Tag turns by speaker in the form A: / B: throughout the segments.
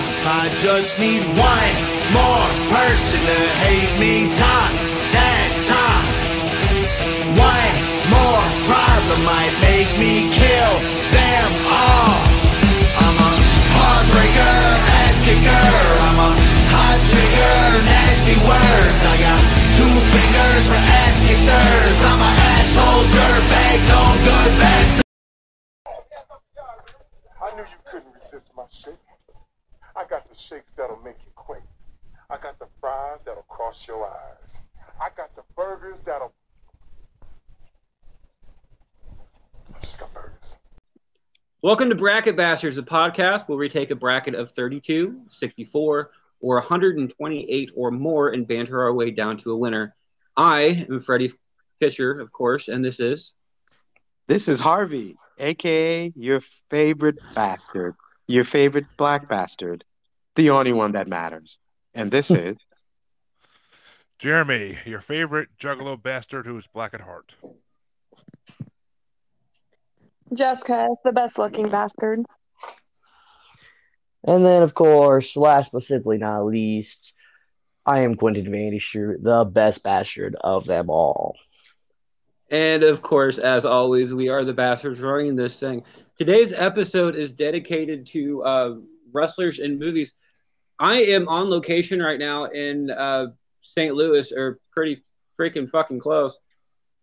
A: I just need one more person to hate me time that time. One more problem might make me kill them all. I'm a heartbreaker, ass kicker. I'm a hot trigger, nasty words. I got two fingers for ass kissers. I'm an asshole, dirtbag, no good bastard.
B: I knew you couldn't resist my shake. I got the shakes that'll make you quake. I got the fries that'll cross your eyes. I got the burgers that'll. I just got burgers.
C: Welcome to Bracket Bashers, a podcast where we take a bracket of 32, 64, or 128 or more and banter our way down to a winner. I am Freddie Fisher, of course, and this is
D: This is Harvey, aka your favorite bastard, your favorite black bastard, the only one that matters. And this is
E: Jeremy, your favorite juggalo bastard who is black at heart.
F: Jessica, the best looking bastard.
G: And then, of course, last but simply not least, I am Quentin Vandyshoot, the best bastard of them all.
C: And of course, as always, we are the bastards running this thing. Today's episode is dedicated to uh, wrestlers and movies. I am on location right now in uh, St. Louis, or pretty freaking fucking close,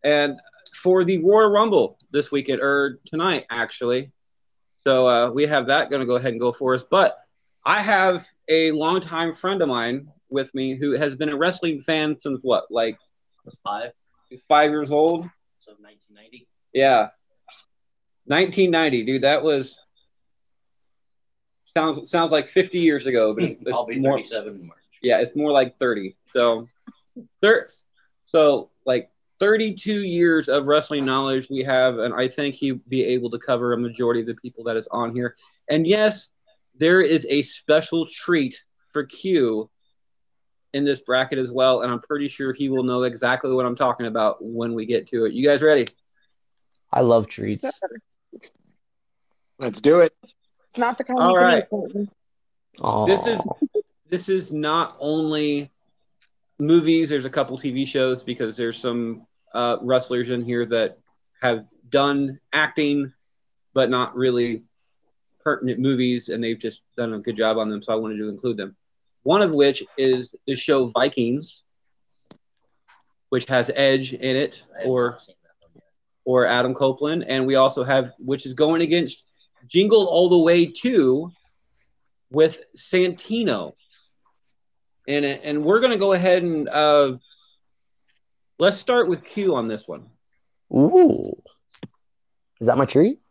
C: and for the Royal Rumble this weekend or tonight, actually. So uh, we have that going to go ahead and go for us. But I have a longtime friend of mine with me who has been a wrestling fan since what, like
H: was five,
C: he's five years old.
H: so 1990.
C: Yeah. 1990, dude. That was sounds sounds like 50 years ago, but it's, it's
H: I'll be
C: more.
H: 37 in March.
C: Yeah, it's more like 30. So, thir- so like 32 years of wrestling knowledge we have, and I think he'd be able to cover a majority of the people that is on here. And yes, there is a special treat for Q in this bracket as well, and I'm pretty sure he will know exactly what I'm talking about when we get to it. You guys ready?
G: I love treats.
D: Let's do it.
F: Not the kind
C: All
F: you
C: right.
F: can eat.
G: Aw.
C: This is this is not only movies. There's a couple TV shows because there's some uh, wrestlers in here that have done acting, but not really pertinent movies, and they've just done a good job on them. So I wanted to include them. One of which is the show Vikings, which has Edge in it,
H: I have
C: or
H: not seen that one yet.
C: or Adam Copeland. And we also have, which is going against Jingle All the Way 2 with Santino. And, and we're going to go ahead and uh, let's start with Q on this one.
G: Ooh. Is that my treat?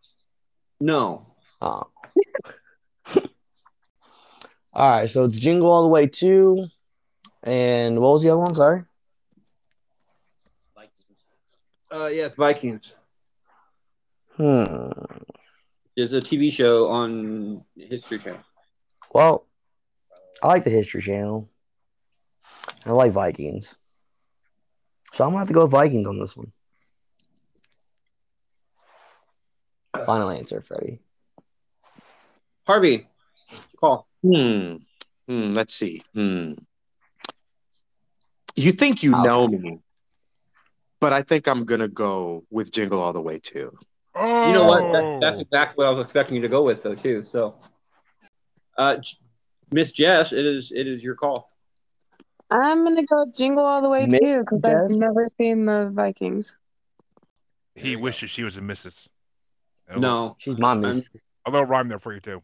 C: No.
G: Oh. all right, so it's Jingle All the Way 2. And what was the other one? Sorry.
H: Vikings.
C: Uh, yes, Vikings
G: Hmm.
C: is a TV show on History Channel.
G: Well, I like the History Channel. I like Vikings. So I'm going to have to go with Vikings on this one. Final answer, Freddie.
C: Harvey, call.
D: Hmm. Hmm. Let's see. Hmm. You think you
G: Okay.
D: know me, but I think I'm gonna go with Jingle All the Way too.
E: Oh,
C: You know what? That, that's exactly what I was expecting you to go with, though, too. So, uh, J- Miss Jess, it is it is your call.
F: I'm gonna go jingle all the way
G: Maybe
F: too because I've
G: that's-
F: never seen the Vikings.
H: There
E: he
H: you go.
E: wishes she was a missus. A little-
C: No,
G: She's my
C: I'm-
G: miss.
E: a little rhyme there for you too.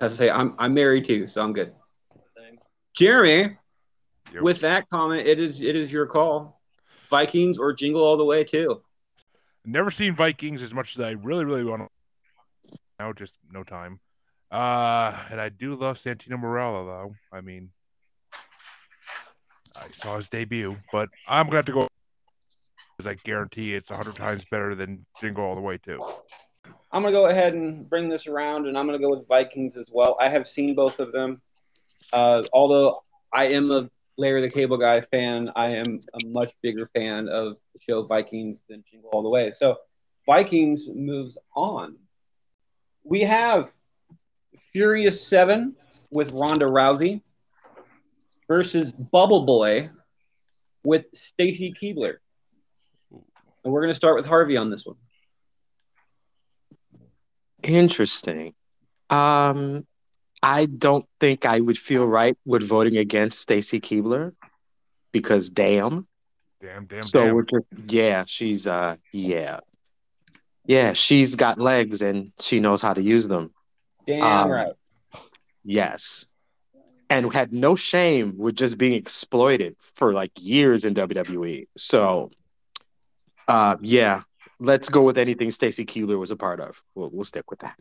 C: As I say, I'm I'm married too, so I'm good.
H: Thing.
C: Jeremy,
E: You-
C: with that comment, it is it is your call. Vikings or jingle all the way too.
E: Never seen Vikings as much as I really, really want to. Now, just no time. Uh, and I do love Santino Morella, though. I mean, I saw his debut, but I'm gonna have to go because I guarantee it's a hundred times better than Jingle All the Way too.
C: I'm gonna go ahead and bring this around, and I'm gonna go with Vikings as well. I have seen both of them. Uh, although I am a Larry the Cable Guy fan, I am a much bigger fan of the show Vikings than Jingle All the Way. So Vikings moves on. We have Furious Seven with Ronda Rousey versus Bubble Boy with Stacy Keebler. And we're going to start with Harvey on this one.
D: Interesting. Um, I don't think I would feel right with voting against Stacy Keebler because damn.
E: Damn, damn,
D: so
E: damn.
D: we're just yeah, she's uh yeah. Yeah, she's got legs and she knows how to use them.
C: Damn
D: Um,
C: right.
D: Yes. And had no shame with just being exploited for like years in WWE. So uh yeah, let's go with anything Stacy Keebler was a part of. We'll we'll stick with that.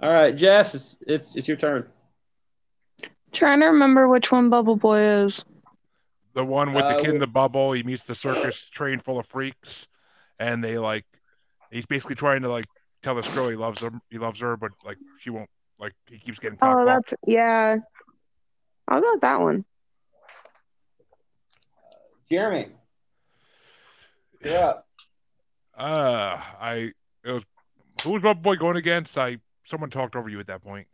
C: All right, Jess, it's, it's, it's your turn.
F: Trying to remember which one Bubble Boy is.
E: The one with the
C: Uh,
E: kid in
C: we-
E: the bubble. He meets the circus train full of freaks, and they like. He's basically trying to like tell this girl he loves her. He loves her, but like she won't. Like he keeps getting cock
F: Oh,
E: blocked.
F: that's yeah. I'll go with that one.
C: Jeremy, you're up.
E: Uh, I it was who was my boy going against? I someone talked over you at that point.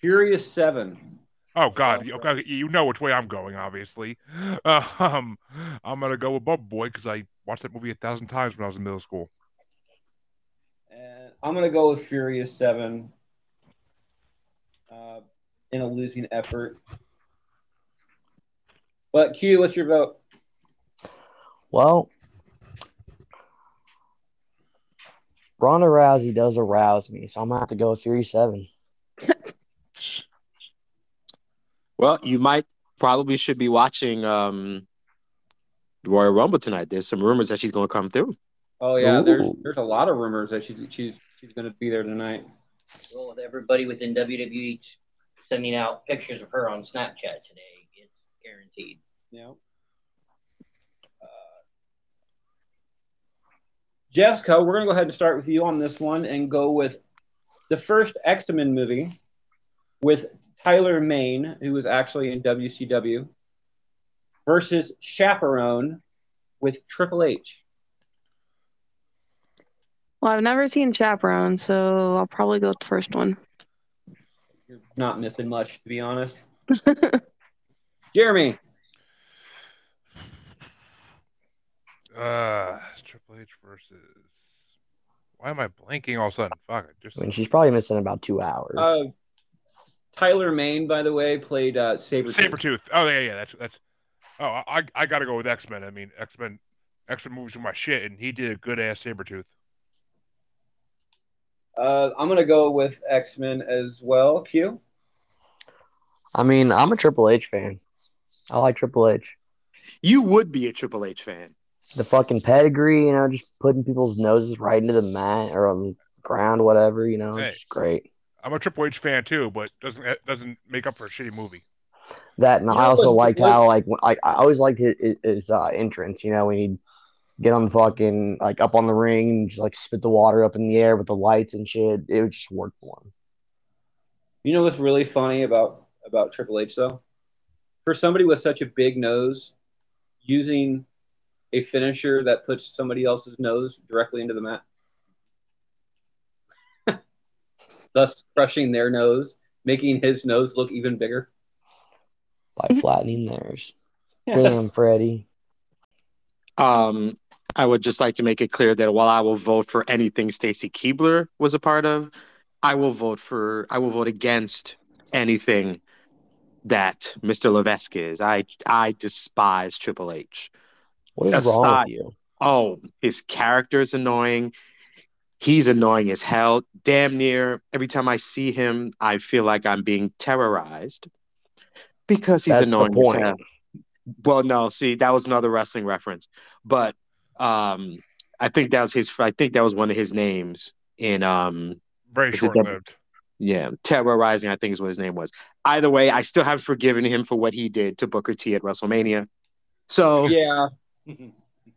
C: Furious 7.
E: Oh God, you- okay, you know which way I'm going, obviously. Uh, um, I'm gonna go with Bubble Boy because I watched that movie a thousand times when I was in middle school.
C: And I'm going to go with Furious 7 uh, in a losing effort. But Q, what's your vote?
G: Well, Ronda Rousey does arouse me, so I'm gonna have to go with Fury Seven.
D: Well, you might probably should be watching um Royal Rumble tonight. There's some rumors that she's going to come through.
C: Oh yeah, there's
G: Ooh.
C: there's a lot of rumors that she's she's she's going to be there tonight.
H: Well, with everybody within WWE sending out pictures of her on Snapchat today, it's guaranteed.
C: Yeah. Uh, Jessica, we're going to go ahead and start with you on this one and go with the first X Men movie with Tyler Maine, who was actually in WCW, versus Chaperone with Triple H.
F: Well, I've never seen Chaperone, so I'll probably go with the first one.
C: You're not missing much, to be honest. Jeremy,
E: Uh, Triple H versus. Why am I blanking all of a sudden? Fuck! I just
G: I mean, she's probably missing about two hours.
C: uh, Tyler Maine, by the way, played uh, Sabretooth.
E: Sabretooth. Oh yeah, yeah. That's that's. Oh, I I gotta go with X Men. I mean, X Men, X Men movies are my shit, and he did a good ass Sabretooth.
C: Uh, I'm going to go with X Men as well. Q.
G: I mean, I'm a Triple H fan. I like Triple H.
D: You would be a Triple H fan.
G: The fucking pedigree, you know, just putting people's noses right into the mat or on the ground, whatever, you know,
E: Hey.
G: it's great.
E: I'm a Triple H fan too, but doesn't that doesn't make up for a shitty movie.
G: That and
C: You know,
G: I also
C: it was-
G: liked
C: it was-
G: how like when- I, I always liked his, his uh, entrance. You know, when he'd get on the fucking like up on the ring and just like spit the water up in the air with the lights and shit. It would just work for him.
C: You know what's really funny about about Triple H though? For somebody with such a big nose, using a finisher that puts somebody else's nose directly into the mat, thus crushing their nose, making his nose look even bigger.
G: By flattening theirs. Damn, Freddie.
D: Um, I would just like to make it clear that while I will vote for anything Stacy Keebler was a part of, I will vote for I will vote against anything that Mr. Levesque is. I I despise Triple H.
G: What is
D: That's
G: wrong
D: not-
G: with you?
D: Oh, his character is annoying. He's annoying as hell. Damn near every time I see him, I feel like I'm being terrorized because he's
G: That's the
D: annoying. as
G: point.
D: hell. Well, no, see, that was another wrestling reference, but um, I think that was his. I think that was one of his names in um,
E: Very
D: Is it
E: short
D: that-
E: lived.
D: yeah, terrorizing. I think is what his name was. Either way, I still haven't forgiven him for what he did to Booker T at WrestleMania. So,
C: Yeah.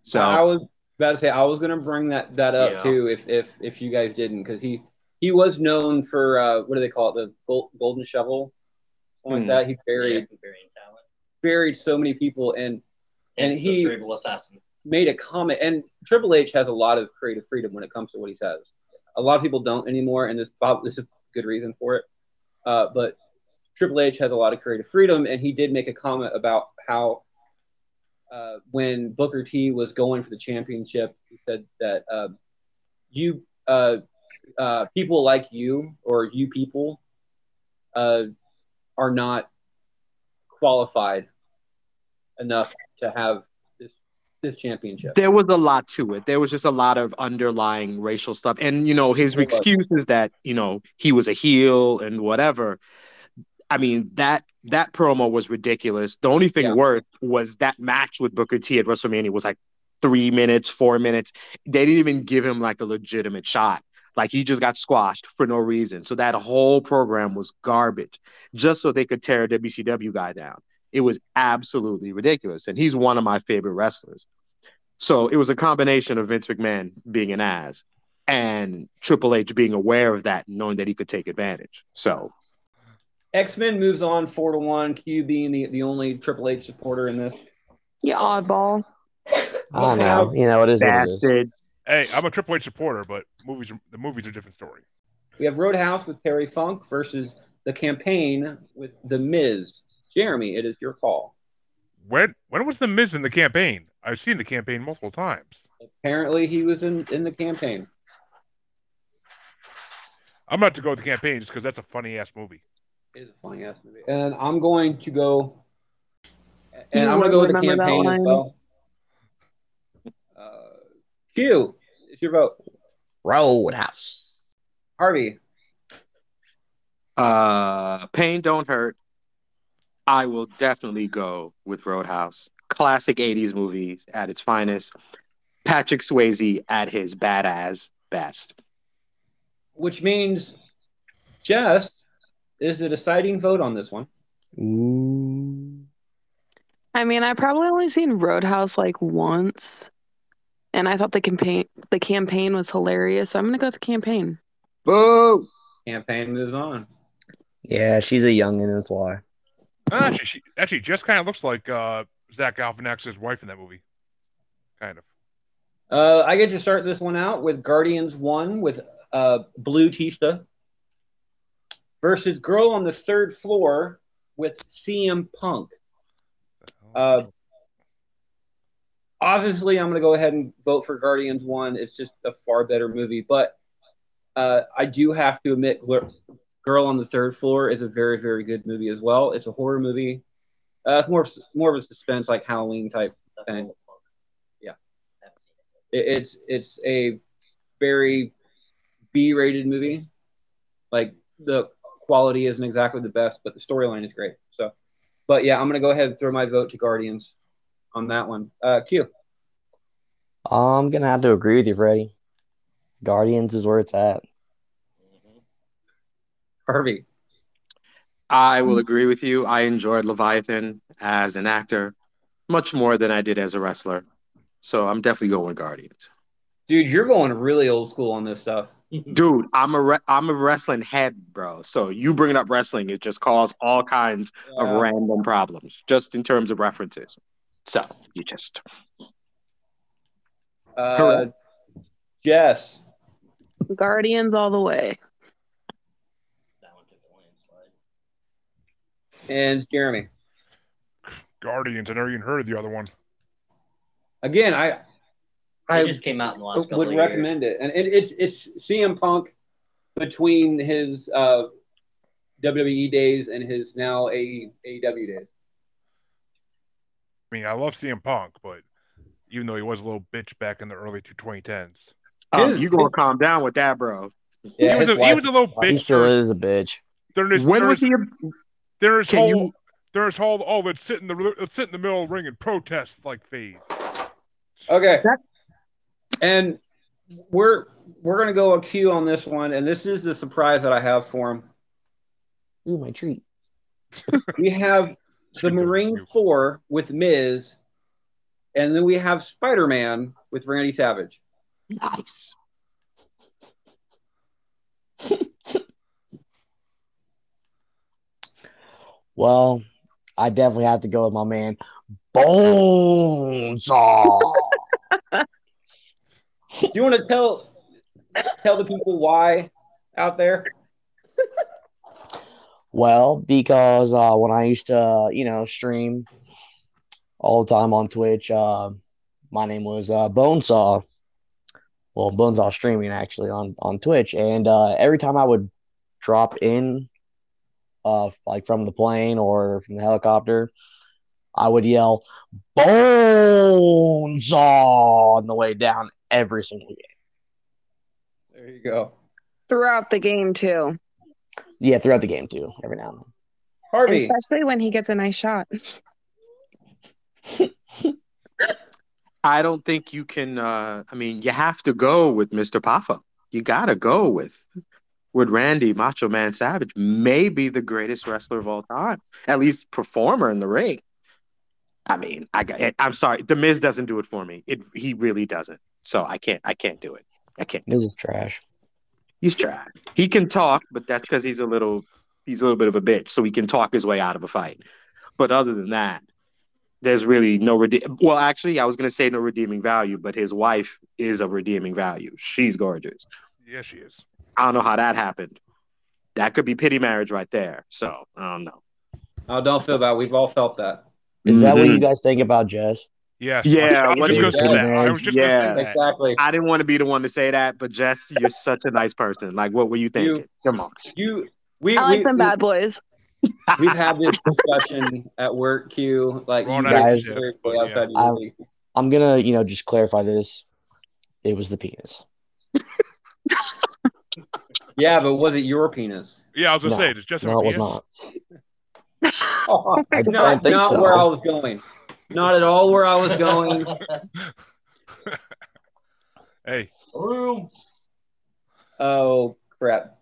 D: so
C: I was about to say I was gonna bring that that up
H: Yeah.
C: too if if if you guys didn't because he he was known for uh, what do they call it the gold, golden shovel something
D: Hmm.
C: like that he buried
H: Yeah, Buried talent.
C: buried so many people and And
H: And,
C: he-
H: he. The cerebral assassin.
C: made a comment. And Triple H has a lot of creative freedom when it comes to what he says. A lot of people don't anymore, and this, prob- this is a good reason for it. Uh, but Triple H has a lot of creative freedom, and he did make a comment about how uh, when Booker T was going for the championship, he said that uh, you uh, uh, people like you or you people uh, are not qualified enough to have this this championship.
D: There was a lot to it. There was just a lot of underlying racial stuff. And, you know, his
C: There was.
D: excuse is that, you know, he was a heel and whatever. I mean, that that promo was ridiculous. The only thing
C: Yeah.
D: worse was that match with Booker T at WrestleMania was like three minutes, four minutes. They didn't even give him like a legitimate shot. Like he just got squashed for no reason. So that whole program was garbage, just so they could tear a WCW guy down. It was absolutely ridiculous. And he's one of my favorite wrestlers. So it was a combination of Vince McMahon being an ass and Triple H being aware of that, knowing that he could take advantage. So
C: X Men moves on four to one. Q being the the only Triple H supporter in this.
F: Yeah, oddball.
G: I don't know. You know, it is what it is.
D: bastard.
E: Hey, I'm a Triple H supporter, but movies are, the movies are a different story.
C: We have Roadhouse with Terry Funk versus the campaign with the Miz. Jeremy, it is your call.
E: When when was the Miz in the campaign? I've seen the campaign multiple times.
C: Apparently, he was in in the campaign.
E: I'm about to go with the campaign just because that's a funny ass movie.
C: It is a funny ass movie, and I'm going to go.
F: You
C: And I'm going to go with the
F: remember that
C: campaign as
F: line.
C: well. Uh, Q, it's your vote.
G: Roadhouse.
C: Harvey,
D: Uh, pain don't hurt. I will definitely go with Roadhouse. Classic 80s movies at its finest. Patrick Swayze at his badass best.
C: which means just is the deciding vote on this one.
G: Ooh.
F: I mean, I probably only seen Roadhouse like once, and I thought the campaign the campaign was hilarious. So I'm gonna go with the campaign.
D: Boo!
C: Campaign moves on.
G: Yeah, she's a youngin', that's why.
E: Actually, she actually just kind of looks like uh, Zach Galifianakis' wife in that movie, kind of.
C: Uh, I get to start this one out with Guardians 1 with uh, Blue Tista versus Girl on the Third Floor with CM Punk. Uh, obviously, I'm going to go ahead and vote for Guardians 1. It's just a far better movie. But uh, I do have to admit, Gl- Girl on the Third Floor is a very, very good movie as well. It's a horror movie. Uh, it's more, of- more of a suspense, like Halloween type And- yeah. it- it's it's a very b-rated movie like the quality isn't exactly the best but the storyline is great so but yeah i'm gonna go ahead and throw my vote to guardians on that one uh q
G: I'm gonna have to agree with you, Freddie. Guardians is where it's at.
H: Mhm.
C: harvey
D: I will agree with you. I enjoyed Leviathan as an actor much more than I did as a wrestler. So I'm definitely going with Guardians.
C: dude you're going really old school on this stuff
D: Dude, I'm a re- I'm a wrestling head, bro. So you bringing up wrestling, it just caused all kinds of
C: Uh,
D: random problems, just in terms of references. So you just
C: uh,
D: Correct.
C: jess
F: Guardians all the way.
H: That one took a landslide.
C: and jeremy
E: Guardians. I never even heard of the other one.
C: again i
H: It
C: i
H: just came out in the last couple
C: would
H: of
C: recommend it and it, it's it's cm punk between his uh wwe days and his now E, AE aew days
E: I mean, I love CM Punk, but even though he was a little bitch back in the early two 2010s,
D: um,
C: His-
D: you gonna calm down with that, bro?
C: Yeah,
E: he, was
C: his
E: a, he
C: wife-
E: was a little
G: He
E: bitch.
G: still
E: There's,
G: is a bitch.
E: there's,
D: When was
E: there's,
D: he?
E: there's
D: Can
E: whole
D: you-
E: there's whole oh let's sit in the let's sit in the middle of the ring and protest like phase.
C: Okay. and we're we're gonna go a Q on this one, and this is the surprise that I have for him.
G: Ooh, my treat.
C: We have the Marine Four with Miz, and then we have Spider Man with Randy Savage.
D: Nice.
G: Well, I definitely have to go with my man Bonesaw.
C: Do you want to tell tell the people why out there?
G: Well, because uh, when I used to, you know, stream all the time on Twitch, uh, my name was uh, Bonesaw. Well, Bonesaw streaming actually on on Twitch, and uh, every time I would drop in, uh, like from the plane or from the helicopter, I would yell Bonesaw on the way down every single game.
I: There you go.
F: throughout the game too,
G: Yeah, throughout the game too, every now and then.
I: Harvey,
F: especially when he gets a nice shot.
D: I don't think you can. Uh, I mean, you have to go with Mr. Papa. You gotta go with with Randy Macho Man Savage, maybe the greatest wrestler of all time, at least performer in the ring. I mean, I got. I'm sorry, The Miz doesn't do it for me. It he really doesn't. So I can't. I can't do it. I can't.
G: This is trash.
D: He's trash. He can talk, but that's because he's a little. He's a little bit of a bitch, so he can talk his way out of a fight. But other than that, there's really no redeem. Well, actually, I was gonna say no redeeming value, but his wife is a redeeming value. She's gorgeous.
E: Yeah, she is.
D: I don't know how that happened. That could be pity marriage right there. So I don't know.
C: Oh, don't feel bad. We've all felt that.
G: Is that what
D: Mhm.
G: you guys think about Jess?
E: Yes.
D: Yeah,
E: I was
D: what
E: just
D: do
E: gonna
D: you
E: say
C: think?
E: that. I was just gonna say that.
C: Exactly.
D: I didn't want to be the one to say that, but Jess, you're such a nice person. Like, what were you thinking? Come on.
C: You, we,
F: I like
C: we,
F: them bad boys.
C: We've had this discussion at work, Q. Like
E: We're on
C: you
G: our
C: guys,
E: ship,
C: are
E: but
C: way outside
G: yeah.
C: your league.
G: I'm gonna, you know, just clarify this. It was the penis.
C: yeah, but was it your penis?
E: Yeah, I was gonna
G: No.
E: say, does Jess have
G: No,
E: a
G: it was
E: penis?
G: not.
C: Oh,
G: I
C: not
G: don't think
C: not
G: so.
C: where I was going. Not at all where I was going.
E: Hey,
I: Room.
C: Oh crap!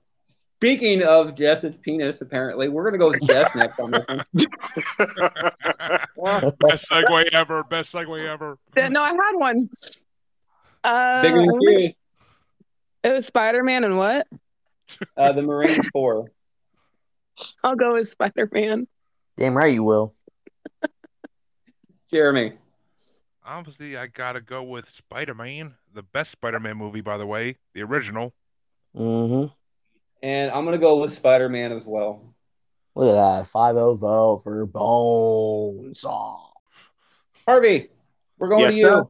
C: Speaking of Jess's penis, apparently we're gonna go with Jess next on this one.
E: best segue ever. Best segue ever.
F: Yeah, No, I had one. Uh,
C: Bigger than Q,
F: it was Spider Man and what?
C: uh, the Marine Corps.
F: I'll go with Spider Man.
G: Damn right you will.
C: Jeremy,
E: Obviously, I gotta go with Spider Man, the best Spider Man movie, by the way, the original.
G: hmm
C: and I'm gonna go with Spider Man as well.
G: Look at that. 5 0 vote for Bonesaw.
C: Harvey, we're going
D: Yes,
C: to you.
D: sir.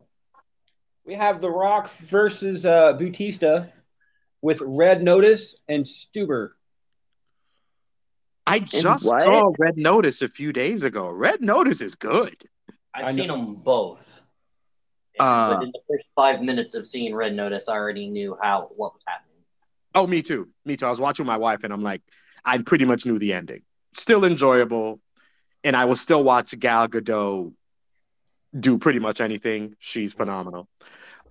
C: We have The Rock versus uh, Bautista with Red Notice and Stuber.
D: I just
F: what?
D: saw Red Notice a few days ago. Red Notice is good.
C: I
H: I've seen them both. And
D: Uh,
H: Within the first five minutes of seeing Red Notice, I already knew how what was happening.
D: Oh, me too. Me too. I was watching my wife, and I'm like, I pretty much knew the ending. Still enjoyable, and I will still watch Gal Gadot do pretty much anything. She's phenomenal.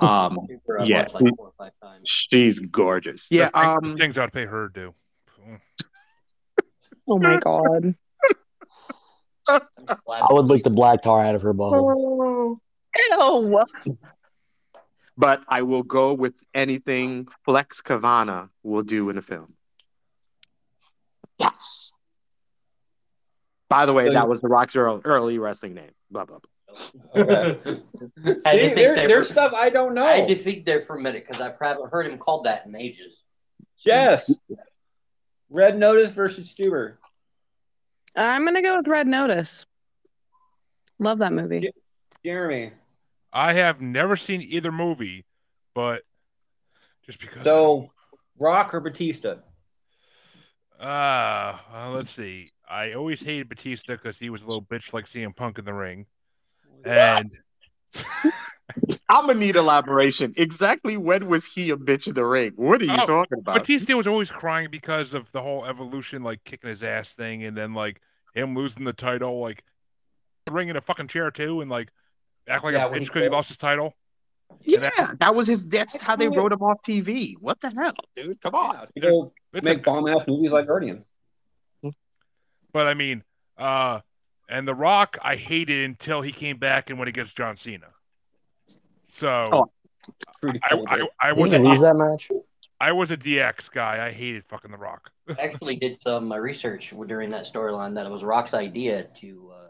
D: Um,
H: Super, I've
D: Yeah.
H: watched like four or five times.
D: she's gorgeous. Yeah.
E: The thing- the
D: Um,
E: things I'd pay her to do.
F: Oh my god.
H: I'm just glad
G: I would lick the black tar out of her butthole.
F: Oh. Ew.
D: but I will go with anything Flex Cavana will do in a film. Yes. By the way,
C: So
D: that
C: you-
D: was The Rock's early, early wrestling name. Blah blah. blah.
C: See,
H: I didn't think
C: there,
H: they
C: there's
H: were-
C: stuff I don't know.
H: I had to think there for a minute because I haven't heard him called that in ages.
C: Jess, Red Notice versus Stuber.
F: I'm gonna go with Red Notice. Love that movie.
C: Jeremy.
E: I have never seen either movie, but just because.
C: So, Rock or Batista?
E: Uh, uh, let's see. I always hated Batista because he was a little bitch like CM Punk in the ring. And
D: I'm gonna need elaboration. Exactly when was he a bitch in the ring? What are you
E: Oh,
D: talking about?
E: Batista was always crying because of the whole evolution, like kicking his ass thing, and then like him losing the title, like ringing a fucking chair too, and like act like
C: Yeah,
E: a
C: when
E: bitch
C: he
E: because he
C: quit.
E: lost his title.
D: Yeah, that was his. That's how they wrote him off TV. What the hell, dude? Come on.
C: To go
E: It's a-
C: make bomb ass movies like Guardian.
E: but I mean, uh, and The Rock, I hated until he came back and when he gets John Cena. So
D: Oh,
C: Pretty
E: I,
C: cool,
E: I,
C: dude.
E: I
G: Did
E: was
G: he
E: a,
G: lose that match?
E: I was a DX guy. I hated fucking The Rock.
H: I actually did some of my research during that storyline that it was Rock's idea to uh,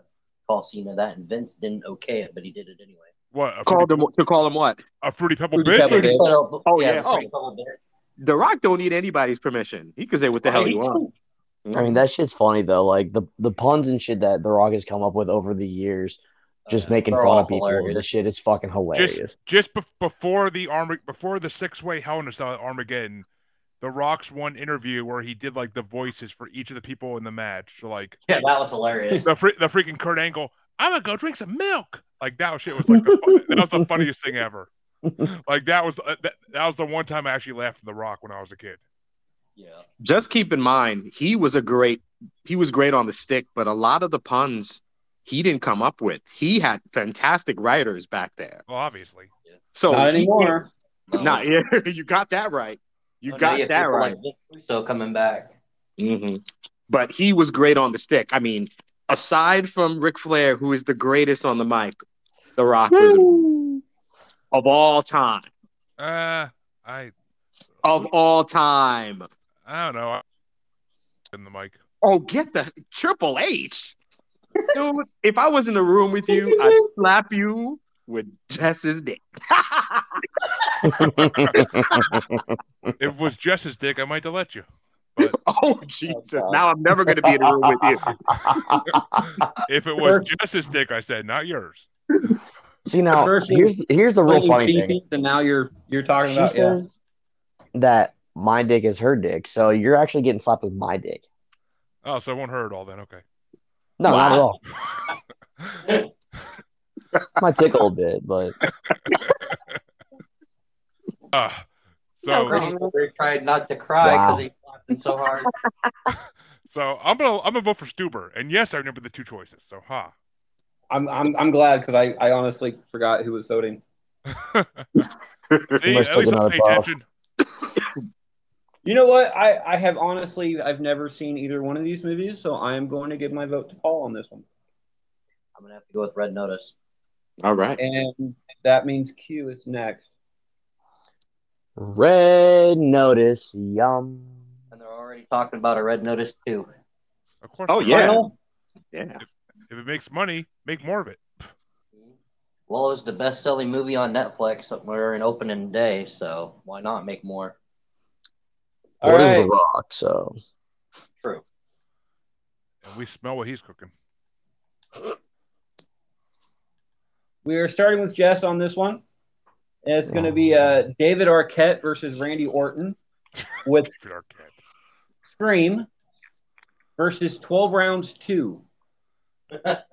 H: call Cena that, and Vince didn't okay it, but he did it anyway.
E: What a
D: Called
E: fruity,
D: him to call him what?
E: a fruity pebble
C: Fruity
E: bitch?
C: Pebble Bitch.
H: So,
D: Oh, yeah.
H: uh, the Pretty Pebble Bitch.
D: The Rock don't need anybody's permission. He can say what the hell he wants.
G: I mean, that shit's funny though. Like the the puns and shit that The Rock has come up with over the years, just
H: yeah.
G: making
H: They're
G: fun
H: all
G: of people.
H: hilarious.
G: The shit is fucking hilarious.
E: Just be- before the arm, before the six way Hell in a Cell at Armageddon, The Rock's one interview where he did like the voices for each of the people in the match. So, like
H: Yeah, that was hilarious.
E: the fre- the freaking Kurt Angle, I'm gonna go drink some milk. Like that shit was like the fu- that was the funniest thing ever. Like that was uh, that, that was the one time I actually laughed at The Rock when I was a kid.
H: yeah.
D: just keep in mind he was a great he was great on the stick but a lot of the puns he didn't come up with he had fantastic writers back there
E: Well, obviously,
D: so
C: Not
D: he-
C: anymore.
H: No.
D: not yeah, you got that right you
H: Oh, now
D: got
H: have
D: that
H: people
D: right
H: Like Vince Russo coming back.
D: hmm but he was great on the stick i mean aside from Ric flair who is the greatest on the mic the rock was, of all time
E: uh, I
D: of all time
E: I don't know. I- In the mic,
D: Oh, get the Triple H. Dude, if I was in the room with you, I'd slap you with Jess's dick.
E: if it was just as dick, I might have let you.
D: oh, Jesus. now I'm never going to be in the room with you.
E: If it was just as dick, I said not yours.
G: See now,
C: first thing-
G: here's here's the real
C: Playing
G: funny
C: cheesy,
G: thing.
C: And now you're you're talking
G: She
C: about yeah.
G: says that my dick is her dick, so you're actually getting slapped with my dick.
E: Oh, so it won't hurt at all then. Okay.
G: No, not at
H: Wow.
G: all. My dick a little bit, but
E: Uh, so
H: Brady Singer tried not to cry
G: Wow.
H: because he slapped him so hard.
E: so I'm gonna I'm gonna vote for Stuber. And yes, I remember the two choices. So ha.
J: I'm I'm I'm glad because I, I honestly forgot who was voting.
E: See,
G: must
E: at
G: take
E: least I
G: another
E: pay
G: puff.
E: attention.
C: You know what? I, I have honestly I've never seen either one of these movies, so I am going to give my vote to Paul on this one.
H: I'm gonna have to go with Red Notice.
D: All right.
C: And that means Q is next.
G: red notice, yum.
H: And they're already talking about a Red Notice too.
E: Of course.
D: Oh,
E: not.
D: yeah.
C: Final?
D: Yeah.
E: If it makes money, make more of it.
H: Well, it was the best-selling movie on Netflix somewhere in opening day, so why not make more?
J: All
G: What is the
J: right,
G: rock? So
H: True.
E: And we smell what he's cooking.
C: We are starting with Jess on this one. And it's gonna be uh, David Arquette versus Randy Orton with
E: David Arquette.
C: Scream versus twelve rounds two.
E: The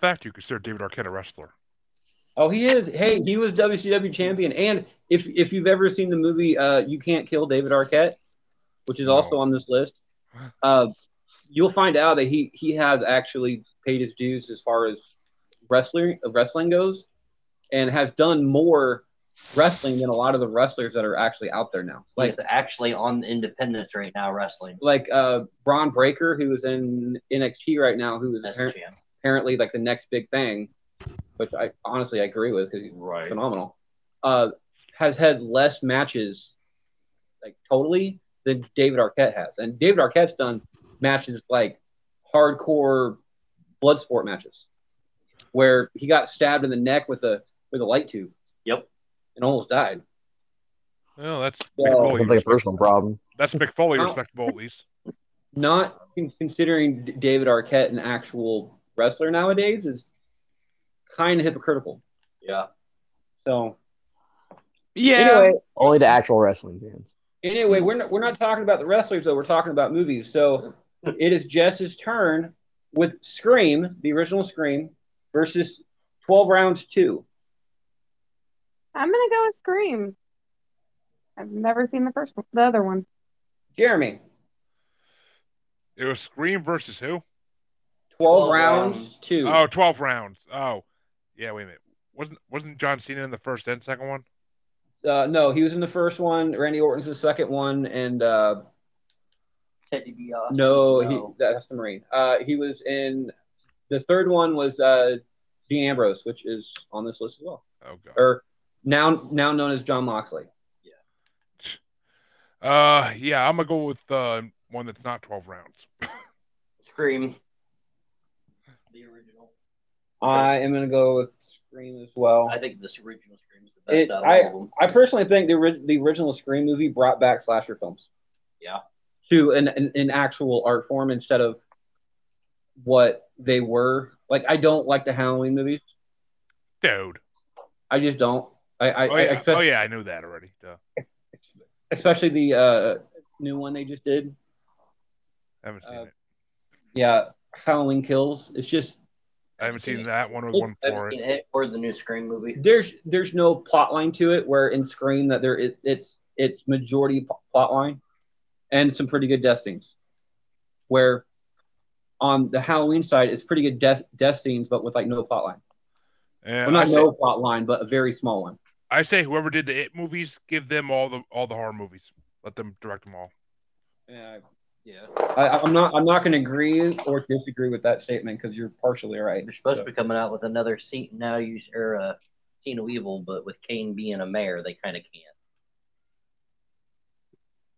E: fact you consider David Arquette a wrestler.
C: Oh, he is. Hey, he was WCW champion. And if if you've ever seen the movie uh, You Can't Kill David Arquette, which is
E: No.
C: also on this list, uh, you'll find out that he he has actually paid his dues as far as wrestling wrestling goes, and has done more wrestling than a lot of the wrestlers that are actually out there now. Like
H: He's actually on Independence right now wrestling.
C: like uh, Braun Breaker, who is in NXT right now, who is
H: That's
C: appar-
H: the champ.
C: apparently like the next big thing, which I honestly I agree with because
H: Right.
C: phenomenal. Uh, has had less matches, like totally, than David Arquette has, and David Arquette's done matches like hardcore blood sport matches, where he got stabbed in the neck with a with a light tube.
H: Yep.
C: And almost died.
E: Well, that's
C: Yeah,
E: McFoley
G: sounds like a
E: respect-
G: personal problem.
E: That's McFoley
C: Oh.
E: respectable at least.
C: Not con- considering D- David Arquette an actual wrestler nowadays is kind of hypocritical.
H: Yeah.
C: So
D: Yeah.
C: anyway,
G: Only to actual wrestling fans.
C: Anyway, we're not, we're not talking about the wrestlers though. We're talking about movies. So it is Jess's turn with Scream, the original Scream, versus Twelve Rounds Two.
F: I'm gonna go with Scream. I've never seen the first one, the other one.
C: Jeremy,
E: It was Scream versus who?
C: Twelve,
H: 12
C: Rounds,
H: Rounds.
C: Two.
E: Oh, 12 rounds. Oh. Yeah, wait a minute. Wasn't wasn't John Cena in the first and second one?
C: Uh, no, he was in the first one. Randy Orton's the second one, and uh,
H: Teddy DiBiase.
C: no, he that's the Marine. Uh, he was in the third one was uh, Dean Ambrose, which is on this list as well,
E: Oh god.
C: or now now known as John Moxley.
E: Uh yeah, I'm gonna go with uh, one that's not 12 rounds.
H: Scream. The original.
C: I am gonna go with Scream as well.
H: I think this original Scream is the best
C: It-
H: out of
C: I-
H: all of them.
C: I personally think the, ori- the original Scream movie brought back slasher films.
H: Yeah.
C: to an, an, an actual art form instead of what they were. Like I don't like the Halloween movies.
E: Dude.
C: I just don't. I, I,
E: oh,
C: I
E: yeah.
C: expect-
E: oh yeah, I knew that already. Duh.
C: especially the uh, new one they just did.
E: I haven't seen it.
C: Yeah, Halloween Kills. It's just
E: I haven't seen,
C: seen
E: that one or the
C: Oops,
E: one
C: I haven't
E: for
H: seen
E: it.
H: it or the new Scream movie.
C: there's there's no plot line to it. Where in Scream that there is it's it's majority p- plot line, and some pretty good death scenes. Where on the Halloween side, it's pretty good death death scenes, but with like no plot line.
E: Yeah,
C: well,
E: I,
C: not
E: say,
C: no plot line, but a very small one.
E: I say whoever did the It movies, give them all the all the horror movies. Let them direct them all.
C: Yeah,
H: Yeah.
C: I, I'm not I'm not going to agree or disagree with that statement because you're partially right.
H: They're supposed to be coming out with another seat now you or uh Scene of Evil, but with Kane being a mayor, they kind of can't.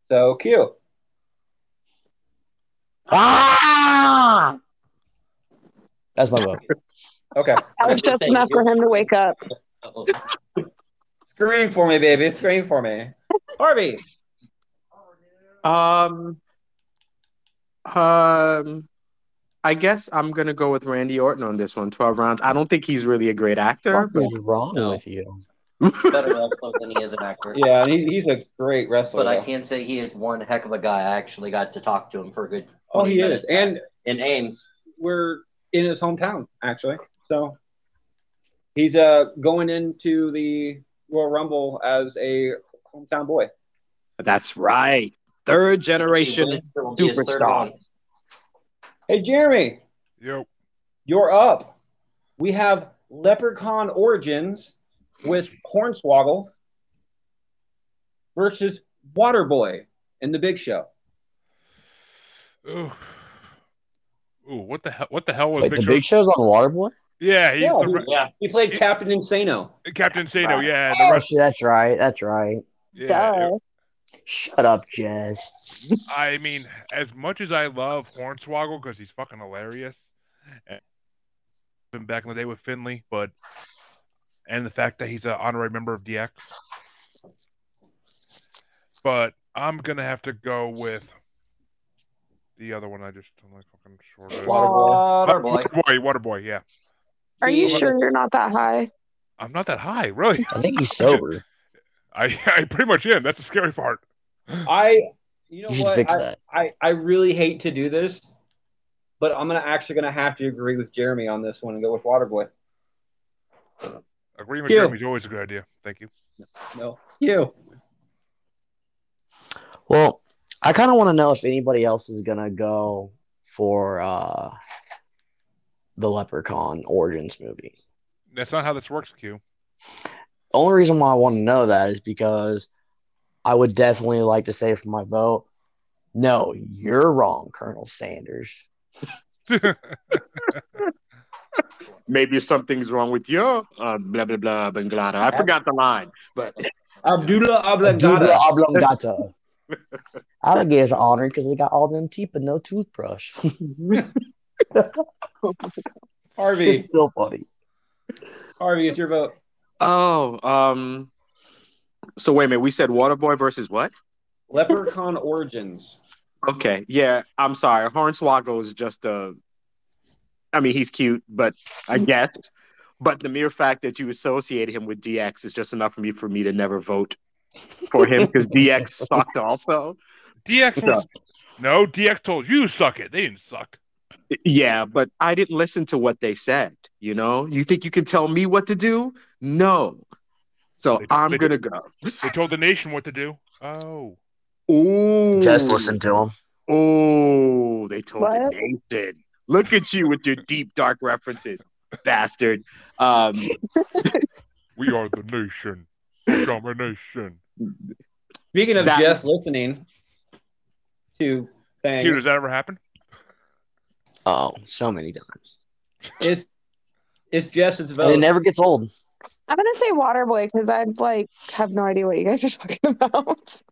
K: So Q.
G: Ah! That's my vote.
K: Okay.
F: That was just enough for him to wake up.
C: Scream for me, baby. Scream for me. Harvey.
D: Um, um, I guess I'm gonna go with Randy Orton on this one. Twelve rounds. I don't think he's really a great actor.
G: What
D: but-
G: is wrong
C: No.
G: with you?
H: Better wrestler than he is an actor.
C: Yeah, and he, he's a great wrestler.
H: But I
C: though.
H: can say he is one heck of a guy. I actually got to talk to him for a good.
C: Oh, he
H: 20
C: is,
H: minutes
C: and
H: in Ames.
C: we're in his hometown actually. So he's uh going into the Royal Rumble as a hometown boy.
D: That's right. Third generation.
H: It'll be his third
D: Superstar.
H: one.
C: Hey, Jeremy,
E: Yo,
C: you're up. We have Leprechaun Origins with Hornswoggle versus Waterboy in the Big Show.
E: ooh, ooh, what the hell? What the hell was
G: Wait,
E: Big
G: the
E: Show's-
G: big show's on Waterboy?
E: Yeah, he's
C: Yeah,
E: the
C: he-
E: re-
H: Yeah,
C: He played Captain Insano.
E: Captain Sano. Yeah, the
G: Oh,
E: rest.
G: shit, that's right. That's right.
E: Yeah,
F: Duh.
E: it-
G: Shut up, Jess.
E: I mean, as much as I love Hornswoggle because he's fucking hilarious, and been back in the day with Finley, but and the fact that he's an honorary member of DX, but I'm gonna have to go with the other one. I just I'm like fucking short. of it. Uh,
H: Waterboy.
E: Waterboy, Waterboy, yeah.
F: Are you
C: Yeah.
F: sure you're not that high?
E: I'm not that high, really.
G: I think he's sober.
E: I I pretty much am. That's the scary part.
C: I, you know
G: You should
C: what?
G: fix
C: I,
G: that.
C: I, I really hate to do this, but I'm gonna actually gonna have to agree with Jeremy on this one and go with Waterboy.
E: Agreement with
C: Phew.
E: Jeremy's always a good idea. Thank you.
C: No, you.
G: Well, I kind of want to know if anybody else is gonna go for uh, the Leprechaun Origins movie.
E: That's not how this works, Q.
G: The only reason why I want to know that is because I would definitely like to say for my vote, no, you're wrong, Colonel Sanders.
D: Maybe something's wrong with you. Uh, blah blah blah. Banglada. I forgot the line, but
C: Abdullah
G: Dubla
C: Oblongata.
G: oblongata. Alligators are honored because they got all them teeth but no toothbrush.
C: Harvey,
G: it's still funny.
C: Harvey, it's your vote.
D: oh, um. So wait a minute. We said Waterboy versus what?
C: Leprechaun Origins.
D: Okay. Yeah. I'm sorry. Hornswoggle is just a. I mean, he's cute, but I
G: Mm-hmm.
D: guess. But the mere fact that you associate him with DX is just enough for me for me to never vote for him because DX sucked also.
E: DX was no DX told you suck it. They didn't suck.
D: Yeah, but I didn't listen to what they said. You know, you think you can tell me what to do? No. So
E: They-
D: I'm
E: they-
D: gonna go.
E: They told the nation what to do. Oh,
D: Ooh,
G: Just listen to him.
D: Oh, they told
F: What?
D: the nation. Look at you with your deep dark references, bastard. Um,
E: we are the nation. Domination.
C: Speaking of
D: That-
C: just listening to things,
E: Q, does that ever happen?
G: Oh, so many times.
C: it's it's Jess's
G: And
C: vote.
G: it never gets old.
F: I'm gonna say Waterboy because I'd like have no idea what you guys are talking about.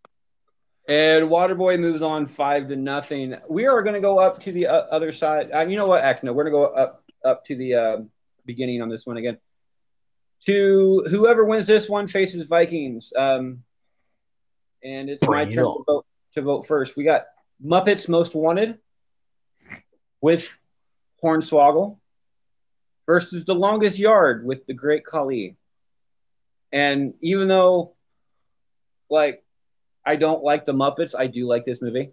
C: And Waterboy moves on five to nothing. We are going to go up to the uh, other side. Uh, you know what? Actually, no, we're going to go up up to the uh, beginning on this one again. To whoever wins this one faces Vikings. Um, and it's my
G: Bring it
C: turn
G: on.
C: to vote, to vote first. We got Muppets Most Wanted with Hornswoggle versus The Longest Yard with the Great Khali. And even though, like, I don't like the Muppets, I do like this movie.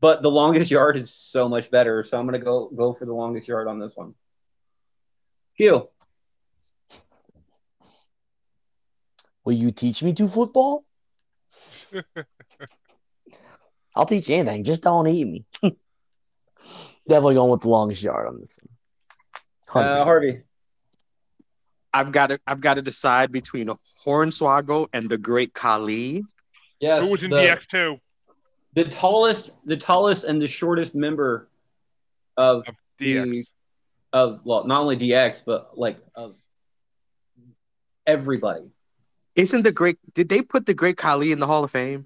C: But The Longest Yard is so much better, so I'm gonna go go for The Longest Yard on this one. Hugh,
G: Will you teach me to football? I'll teach you anything. Just don't eat me. Definitely going with the longest yard on this one.
C: uh, Harvey,
D: I've got to I've got to decide between Hornswoggle and the Great Khali.
C: yes,
E: Who was in
C: the,
E: DX2?
C: the tallest, the tallest and the shortest member of
E: DX.
C: the of well, not only DX but like of everybody.
D: Isn't the Great? Did they put the Great Khali in the Hall of Fame?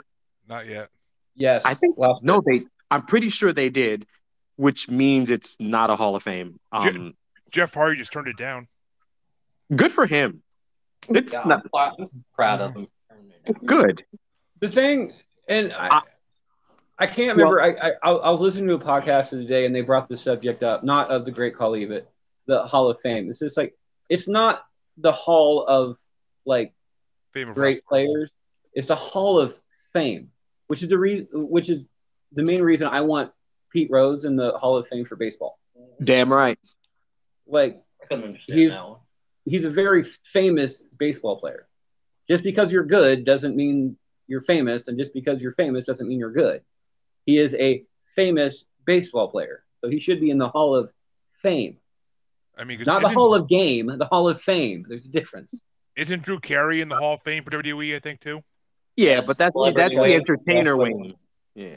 E: Not yet.
C: Yes,
D: I think
C: last
D: no, they. I'm pretty sure they did, which means it's not a Hall of Fame. Um,
E: Jeff Hardy just turned it down.
D: good for him. It's
H: Yeah,
D: not
H: I'm proud- I'm proud of him.
D: good.
C: The thing, and I, I, can't remember. I, I I was listening to a podcast the other day, and they brought the subject up, not of the Great Khali, but the Hall of Fame. It's just like it's not the Hall of like
E: Fame of
C: great players. It's the Hall of Fame, which is the re- which is the main reason I want Pete Rose in the Hall of Fame for baseball.
D: Damn right.
C: Like
H: I couldn't understand
C: He's-
H: that one.
C: he's a very famous baseball player. Just because you're good doesn't mean you're famous, and just because you're famous doesn't mean you're good. He is a famous baseball player, so he should be in the Hall of Fame,
E: I mean, 'cause
C: not the
E: isn't-
C: Hall of Game, the Hall of Fame. There's a difference.
E: Isn't Drew Carey in the Hall of Fame for WWE? I think too.
D: Yeah,
H: Yes,
D: but that's
H: celebrity
D: that's the
H: wing.
D: entertainer
H: That's the
D: wing. Yeah.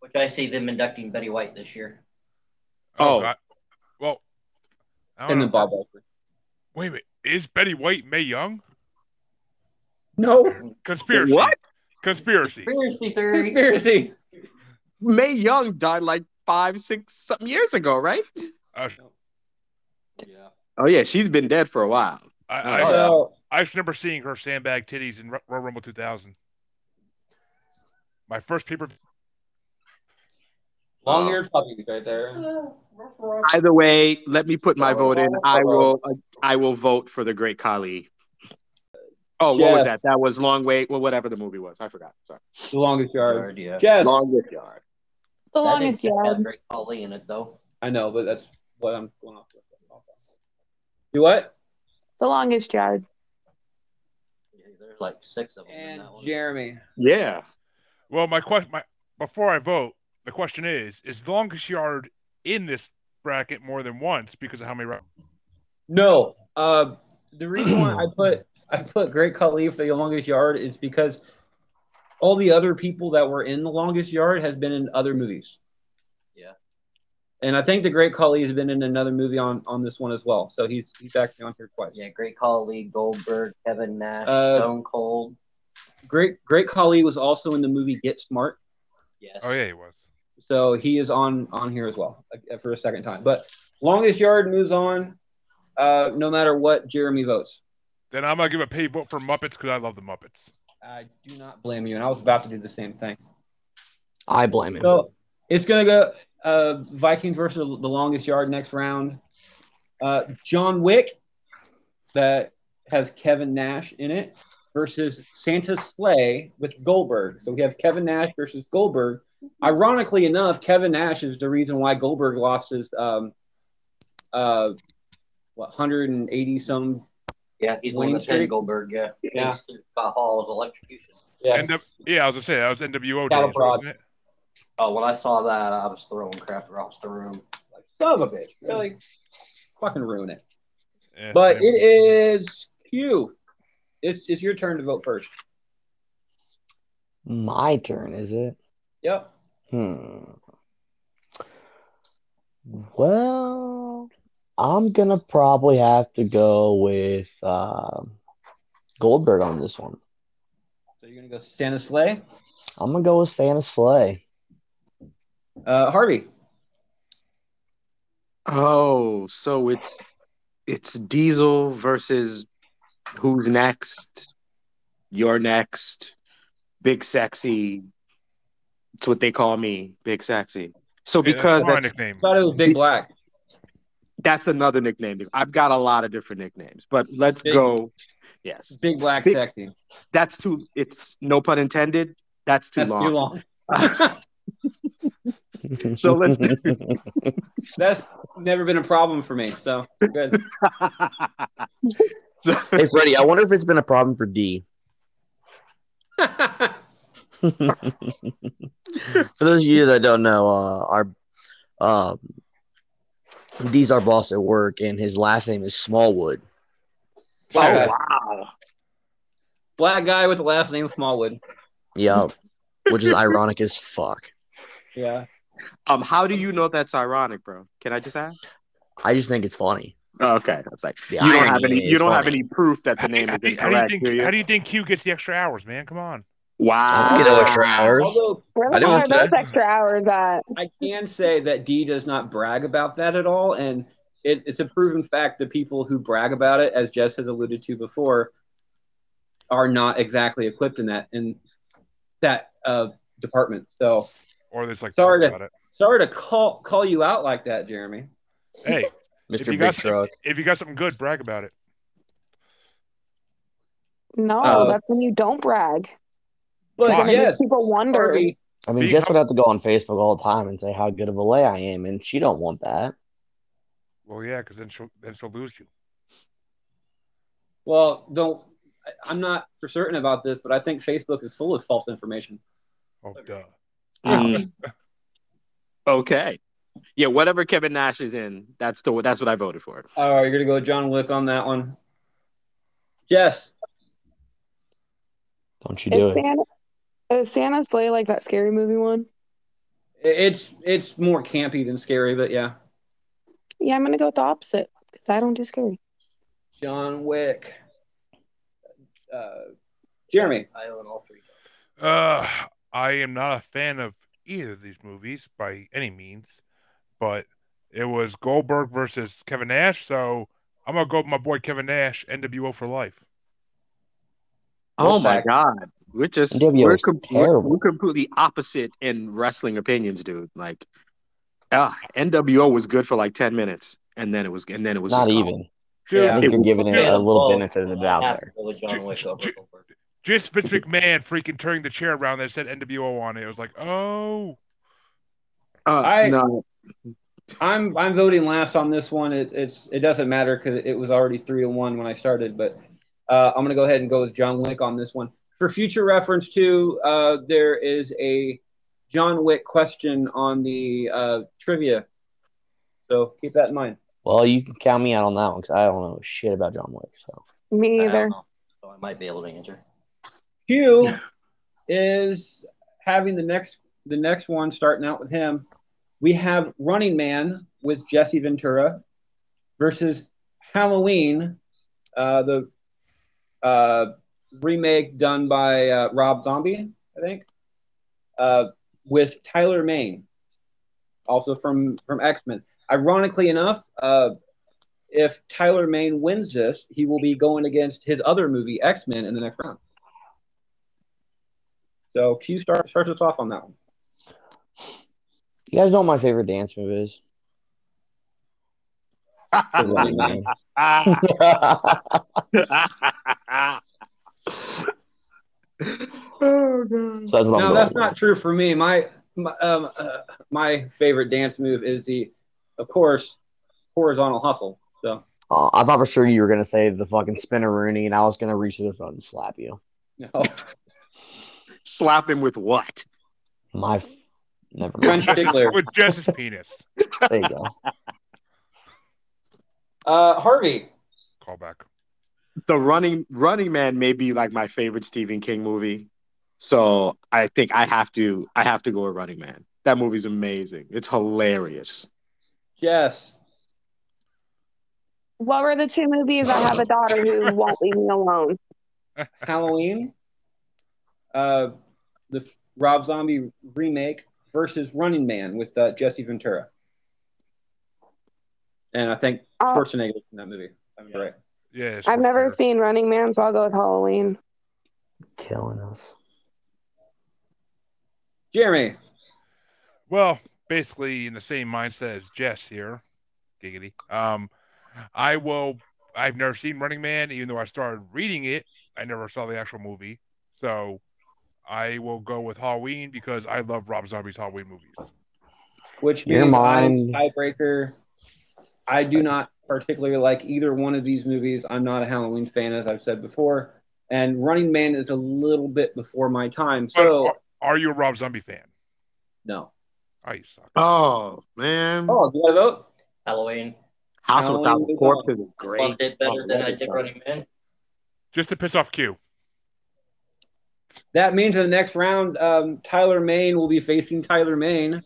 H: Which I see them inducting Betty White this year.
D: Oh.
E: God. well. I
C: And
E: don't know.
H: Oh,
C: then Bob Walker.
E: Wait a minute. Is Betty White May Young?
C: No
E: Conspiracy.
D: What?
E: Conspiracy.
H: Conspiracy theory.
C: conspiracy.
D: May Young died like five, six, something years ago, right?
E: Uh,
H: Yeah.
D: Oh yeah, she's been dead for a while.
E: I,
D: Oh,
E: I,
D: yeah.
C: So
E: I just remember seeing her sandbag titties in Ru- Royal Rumble 2000. My first paper.
C: long-eared puppies right there.
D: Either way, let me put my vote in. I will. I will vote for the Great Khali. Oh, what was that?
C: Yes.
D: That was long way. Well, whatever the movie was, I forgot. Sorry.
C: The longest yard.
H: Sorry, yeah.
C: Yes,
D: Long with yard.
F: The
H: That
F: longest
H: didn't have
F: yard.
H: Great Khali in it though.
C: I know, but that's what I'm going off with. Do what?
F: The longest yard.
H: Yeah, There's like six of them. in
C: And
H: that one.
C: Jeremy.
D: Yeah.
E: Well, my question, my before I vote, the question is: Is the longest yard in this bracket more than once because of how many? rounds?
C: No. Uh, the reason why I put I put Great Khali for the longest yard is because all the other people that were in the longest yard has been in other movies.
H: Yeah.
C: And I think the Great Khali has been in another movie on on this one as well. So he's he's actually on here twice.
H: Yeah, Great Khali, Goldberg, Kevin Nash,
C: Uh,
H: Stone Cold.
C: Great Great Khali was also in the movie Get Smart,
H: Yes.
E: Oh yeah, he was.
C: so he is on on here as well uh, for a second time. But longest yard moves on, uh, no matter what Jeremy votes.
E: Then I'm gonna give a paid vote for Muppets because I love the Muppets.
C: I do not blame you, and I was about to do the same thing.
G: I blame him.
C: So it's gonna go uh, Vikings versus the longest yard next round. Uh, John Wick that has Kevin Nash in it versus Santa Slay with Goldberg. So we have Kevin Nash versus Goldberg. Ironically enough, Kevin Nash is the reason why Goldberg lost his um, uh, what 180 some.
H: Yeah, he's the one
C: Winning
H: that's
C: streak.
H: in Goldberg. Yeah.
C: Yeah.
H: He's by Hall's electrocution.
C: Yeah,
E: NW yeah, I was gonna say that was NWO
C: Cattle
E: days,
C: prod.
E: wasn't it?
H: Oh, when I saw that, I was throwing crap across the room.
C: like, son of a bitch, really fucking ruin it.
E: Yeah,
C: But
E: anyway.
C: it is Q. It's, it's your turn to vote first.
G: My turn, is it?
C: Yep.
G: Hmm. Well, I'm gonna probably have to go with um Goldberg on this one.
C: So you're gonna go Santa Slay,
G: I'm gonna go with Santa Slay.
C: uh, Harvey.
D: Oh, so it's it's Diesel versus who's next? You're next. Big sexy. It's what they call me, Big Sexy. So
E: Yeah, that's
D: because
E: my
D: that's,
E: nickname.
C: thought it was Big Black.
D: that's another nickname. I've got a lot of different nicknames, but let's
C: Big-
D: go. Yes,
C: Big Black
D: Big-
C: Sexy.
D: that's too. It's no pun intended. That's too
C: That's
D: long.
C: too long.
D: So let's-
C: That's never been a problem for me. So good.
D: So-
G: hey, Freddie, I wonder if it's been a problem for D.
C: Oh,
G: for those of you that don't know, uh, our uh, D's our boss at work, and his last name is Smallwood.
C: Black, guy.
D: wow.
C: Black guy with the last name Smallwood.
G: Yeah, which is ironic as fuck.
C: Yeah.
D: Um, how do you know that's ironic, bro? Can I just ask?
G: I just think it's funny.
D: Oh, okay, that's like
G: The
D: you don't
G: irony
D: have any.
G: is
D: You don't have
G: funny.
D: any proof that
E: How
D: the
E: do you-
D: name
E: how
D: is
E: do you- how do you
D: incorrect.
E: think-
D: do you?
E: How do you think Q gets the extra hours, man? Come on.
D: Wow.
G: Get extra
D: Ah.
G: hours.
C: Although
F: Where the
G: I didn't
F: hell are
G: want to-
F: those extra hours at?
C: I can say that D does not brag about that at all, and it, it's a proven fact that people who brag about it, as Jess has alluded to before, are not exactly equipped in that in that uh, department. So
E: Or there's like
C: Sorry
E: talk
C: to-
E: about it.
C: sorry to call call you out like that, Jeremy.
E: Hey, if
G: Mr.
E: you
G: Big
E: got some-
G: Truck.
E: if you got something good, brag about it.
F: No,
C: Uh,
F: that's when you don't brag.
C: But
F: Because it
C: yes,
F: makes people wonder.
C: Harvey,
G: I mean,
E: Be-
G: Jess would have to go on Facebook all the time and say how good of a lay I am, and she don't want that.
E: Well, yeah, because then she'll then she'll lose you.
C: Well, don't. I- I'm not for certain about this, but I think Facebook is full of false information.
E: Oh, duh.
G: Hmm.
D: Mm. okay. Yeah, whatever Kevin Nash is in, that's the that's what I voted for.
L: All right, Oh, you're gonna go John Wick on that one.
C: Yes,
G: Don't you do
F: Is
G: it?
F: Santa, is Santa sleigh like that scary movie one?
C: i- it's it's more campy than scary, but yeah.
F: Yeah, I'm gonna go with the opposite because I don't do scary.
L: John Wick.
C: Uh, Jeremy,
H: I own all three.
E: Uh, I am not a fan of either of these movies by any means, but it was Goldberg versus Kevin Nash, so I'm gonna go with my boy Kevin Nash, NWO for life.
D: Oh my
C: Wolfpack.
D: god. We're just
G: NWO
D: we're,
G: is
D: com- we're,
G: terrible.
D: we're completely opposite in wrestling opinions, dude. Like ah, NWO was good for like 10 minutes and then it was and then it was
G: Not
D: just gone.
G: even.
E: Dude,
G: I think
D: It
G: you're
D: was-
G: giving it
E: dude,
G: a little
H: Well,
G: benefit of the doubt
H: I have to
G: there.
H: go with John Wick over
E: Ju- ju-
H: Goldberg.
E: just Vince McMahon freaking turning the chair around that said NWO on it. It was like, oh,
D: uh,
L: I-
D: no.
L: I'm I'm voting last on this one. It, it's it doesn't matter because it was already three to one when I started. But uh, I'm gonna go ahead and go with John Wick on this one.
C: for future reference too, uh, there is a John Wick question on the uh, trivia, so keep that in mind.
G: Well, you can count me out on that one because I don't know shit about John Wick. So
F: Me
H: I
F: either.
H: don't know, so I might be able to answer.
C: Q is having the next the next one starting out with him. We have Running Man with Jesse Ventura versus Halloween, uh, the uh, remake done by uh, Rob Zombie, I think, uh, with Tyler Maine, also from from X Men. Ironically enough, uh, if Tyler Maine wins this, he will be going against his other movie X Men in the next round. So Q start, starts us off on that one.
G: you guys know what my favorite dance move is? The Running Man.
D: oh god.
G: so that's what I'm
C: No,
G: going
C: that's
G: with.
C: not true for me. My my, um, uh, my favorite dance move is the, of course, horizontal hustle. So
G: Uh, I thought for sure you were gonna say the fucking spinner Rooney, and I was gonna reach to the phone and slap you.
C: no.
D: Slap him with what?
G: My, f- never mind.
C: French tickler.
E: with Jess's penis.
G: There you go.
C: Uh, Harvey.
E: Call back.
D: the running running man may be like my favorite Stephen King movie. So I think I have to I have to go with Running Man. That movie's amazing. It's hilarious.
C: Yes.
F: What were the two movies? I have a daughter who won't leave me alone.
C: Halloween. Uh, the Rob Zombie remake versus Running Man with uh, Jesse Ventura. And I think
F: Uh,
C: Schwarzenegger in that movie. I'm right.
E: Yeah, it's
F: I've
E: much
F: never
E: better.
F: seen Running Man, so I'll go with Halloween.
G: Killing us.
C: Jeremy.
E: Well, basically in the same mindset as Jess here, giggity. Um, I will. I've never seen Running Man, even though I started reading it. I never saw the actual movie, so I will go with Halloween because I love Rob Zombie's Halloween movies.
C: which
G: Your
C: means
G: mind-
C: I'm tiebreaker. I do not particularly like either one of these movies. I'm not a Halloween fan, as I've said before, and Running Man is a little bit before my time.
E: But
C: So
E: are, are you a Rob Zombie fan?
C: no.
E: Oh, you suck.
D: Oh man,
C: Oh, do I vote?
H: Halloween.
D: House of a
C: Halloween was on.
D: Thousand Corpses is great.
H: Loved it better
D: Oh,
H: than
D: that
H: I
D: is
H: did
D: fun.
H: Running Man.
E: Just to piss off Q.
C: That means in the next round, um, Tyler Maine will be facing Tyler Maine,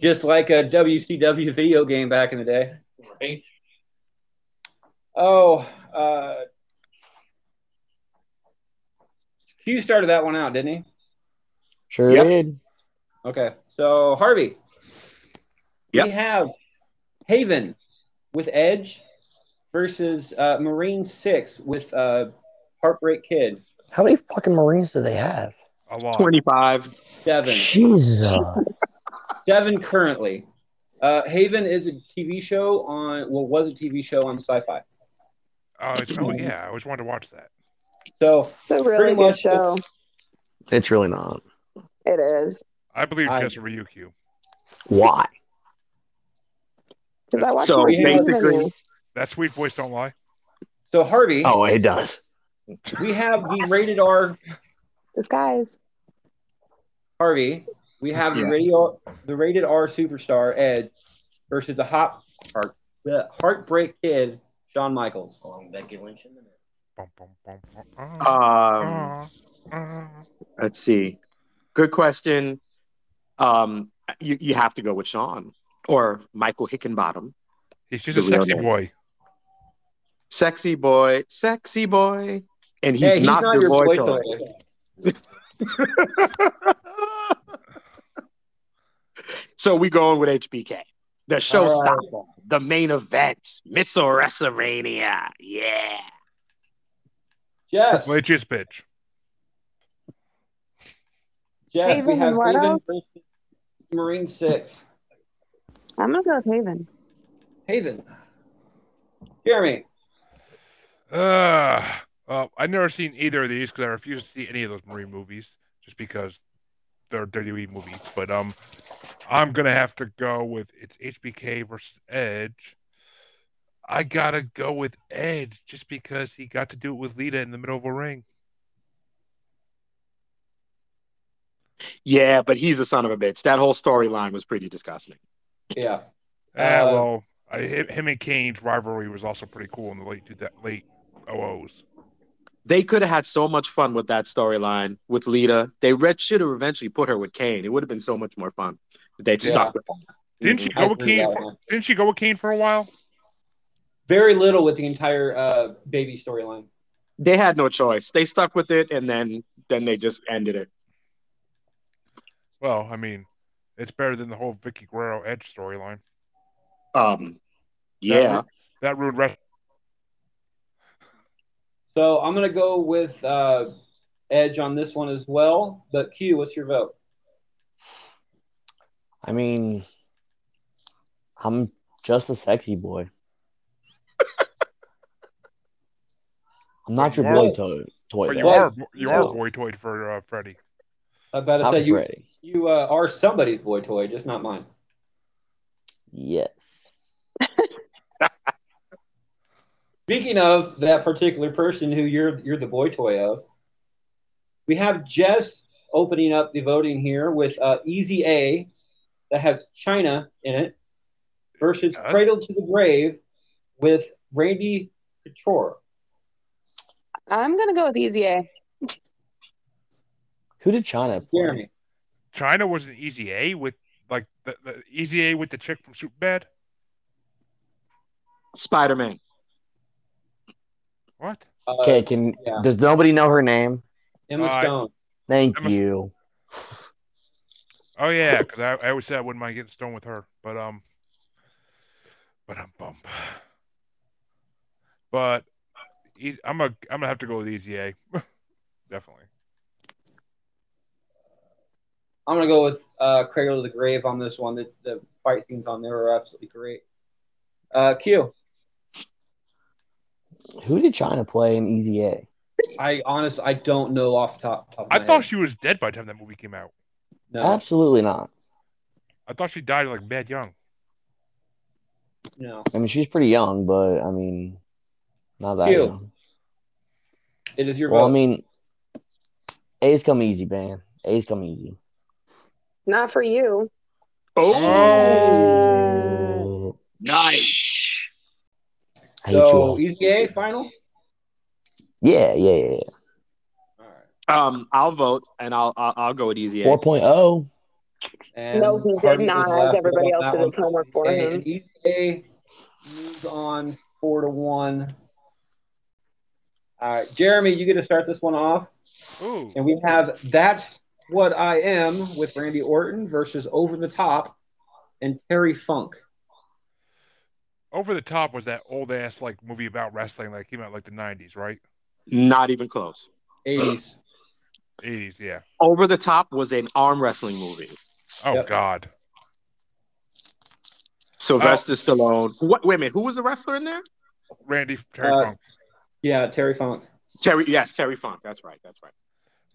C: just like a WCW video game back in the day.
H: Right?
C: Oh, uh, Q started that one out, didn't he?
G: Sure
D: Yep.
G: did.
C: Okay, so Harvey,
D: Yep.
C: we have Haven with Edge versus uh, Marine Six with uh, Heartbreak Kid
G: How many fucking Marines do they have?
E: A lot.
D: Twenty-five.
C: Seven.
G: Jesus.
C: Seven currently. Uh, Haven is a TV show on, well, was a TV show on Sci-Fi.
E: Oh, it's, oh yeah, I always wanted to watch that.
C: So
F: It's a really
C: Pretty
F: good
C: much-
F: show.
G: It's really not.
F: It is.
E: I believe
C: I-
E: Jess Ryukyu.
G: Why?
F: Because I watch
D: So
F: more TV than
D: basically,
F: you.
E: That sweet voice don't lie.
C: So Harvey,
G: Oh, it does.
C: we have the rated R
F: Disguise.
C: Harvey. We have the
D: Yeah.
C: radio, the rated R superstar Edge versus the hop heart, the Heartbreak Kid Shawn Michaels.
H: Along Becky Lynch in the minute.
E: Bum, bum, bum, bum, bum.
D: um,
B: Mm.
E: Uh, uh.
D: let's see. Good question. Um, you you have to go with Sean or Michael Hickenbottom.
E: He's just
D: The
E: a sexy
D: real name.
E: boy.
D: Sexy boy, sexy boy, and he's,
C: hey, he's
D: not, your, boy. toy.
C: toy.
D: so we going with HBK, the
C: right.
D: showstopper, the main event, Miss WrestleMania. Yeah.
C: Jess,
E: Triple H is bitch.
C: Jess, we
F: Haven
C: have
F: and what
C: Haven
F: else?
C: versus Marine Six.
F: I'm gonna go with Haven.
C: Haven, Jeremy,
E: Uh, well, I've never seen either of these because I refuse to see any of those Marine movies just because they're WWE movies. But um, I'm gonna have to go with it's HBK versus Edge. I gotta go with Edge just because he got to do it with Lita in the middle of a ring.
D: Yeah, but he's a son of a bitch. That whole storyline was pretty disgusting.
C: yeah,
E: Ah,
C: Uh,
E: well, I, him him and Kane's rivalry was also pretty cool in the late two late oh OOs.
D: They could have had so much fun with that storyline with Lita. They re- should have eventually put her with Kane. It would have been so much more fun if they'd
C: Yeah.
D: stuck with that.
E: Didn't she
D: Mhm.
C: I
E: go with
C: agree
E: Kane?
C: with that
E: For,
C: one.
E: didn't she go with Kane for a while?
C: very little with the entire uh, baby storyline.
D: They had no choice. They stuck with it, and then then they just ended it.
E: Well, I mean, it's better than the whole Vicky Guerrero Edge storyline.
D: Um,
C: Uh-huh.
D: yeah.
E: That ruined wrestling.
C: So I'm gonna go with uh, Edge on this one as well. But Q, what's your vote?
G: I mean, I'm just a sexy boy. I'm not your boy toy. toy
E: But you
G: though.
E: are you are
G: No.
E: boy toyed for uh, Freddy.
C: Uh, I about to
G: I'm
C: say you
G: Freddy.
C: you uh, are somebody's boy toy, just not mine.
G: Yes.
C: Speaking of that particular person who you're you're the boy toy of, we have Jess opening up the voting here with uh, Easy A that has China in it versus
E: Yes.
C: Cradle to the Grave with Randy Couture.
F: I'm gonna go with Easy A.
G: Who did China play?
C: Jeremy,
E: China was an easy A with like the, the easy A with the chick from Superbad.
D: Spider Man.
E: What?
C: uh,
G: Okay, can
C: yeah.
G: does nobody know her name?
C: Emma
E: Uh,
C: Stone.
G: Thank
E: Emma-
G: you.
E: Oh yeah, because I, I always said I wouldn't mind getting stoned with her, but um, but I'm bump. But e- I'm a I'm gonna have to go with easy A, definitely.
C: I'm gonna go with uh, Cradle to the Grave on this one. The, the fight scenes on there are absolutely great. Uh, Q.
G: Who did China play in Easy A?
C: I honest, I don't know off the top. top of
E: I
C: my
E: thought
C: head.
E: she was dead by the time that movie came out.
C: no,
G: Absolutely not.
E: I thought she died like mad young.
C: no.
G: I mean, she's pretty young, but I mean, not that
C: Q,
G: young.
C: It is your
G: Well,
C: vote.
G: I mean, A's come easy, man. A's come easy.
M: Not for you.
E: Oh,
D: Nice.
G: I hate you
C: so
G: all.
C: Easy A final.
G: Yeah, yeah, yeah. yeah.
C: All right.
D: Um, I'll vote and I'll I'll, I'll go with Easy A.
G: 4.0.
C: And
M: No, he did
C: Harvey
M: not,
C: was the last
M: everybody
C: one on
M: else
C: that
M: did his
C: one.
M: homework for
C: Okay,
M: him.
C: And EA moves on four to one. All right, Jeremy, you get to start this one off,
E: ooh,
C: and we have "That's What I Am" with Randy Orton versus Over the Top and Terry Funk.
E: over the top was that old ass like movie about wrestling that came out like the '90s, right?
D: Not even close.
C: Eighties.
E: '80s, yeah.
D: Over the Top was an arm wrestling movie.
E: Oh
C: Yep.
E: God,
D: Sylvester
G: Oh.
D: Stallone. What? Wait a minute. Who was the wrestler in there?
E: Randy Terry
C: Uh,
E: Funk,
C: Yeah, Terry Funk.
D: Terry. Yes, Terry Funk. That's right. That's right.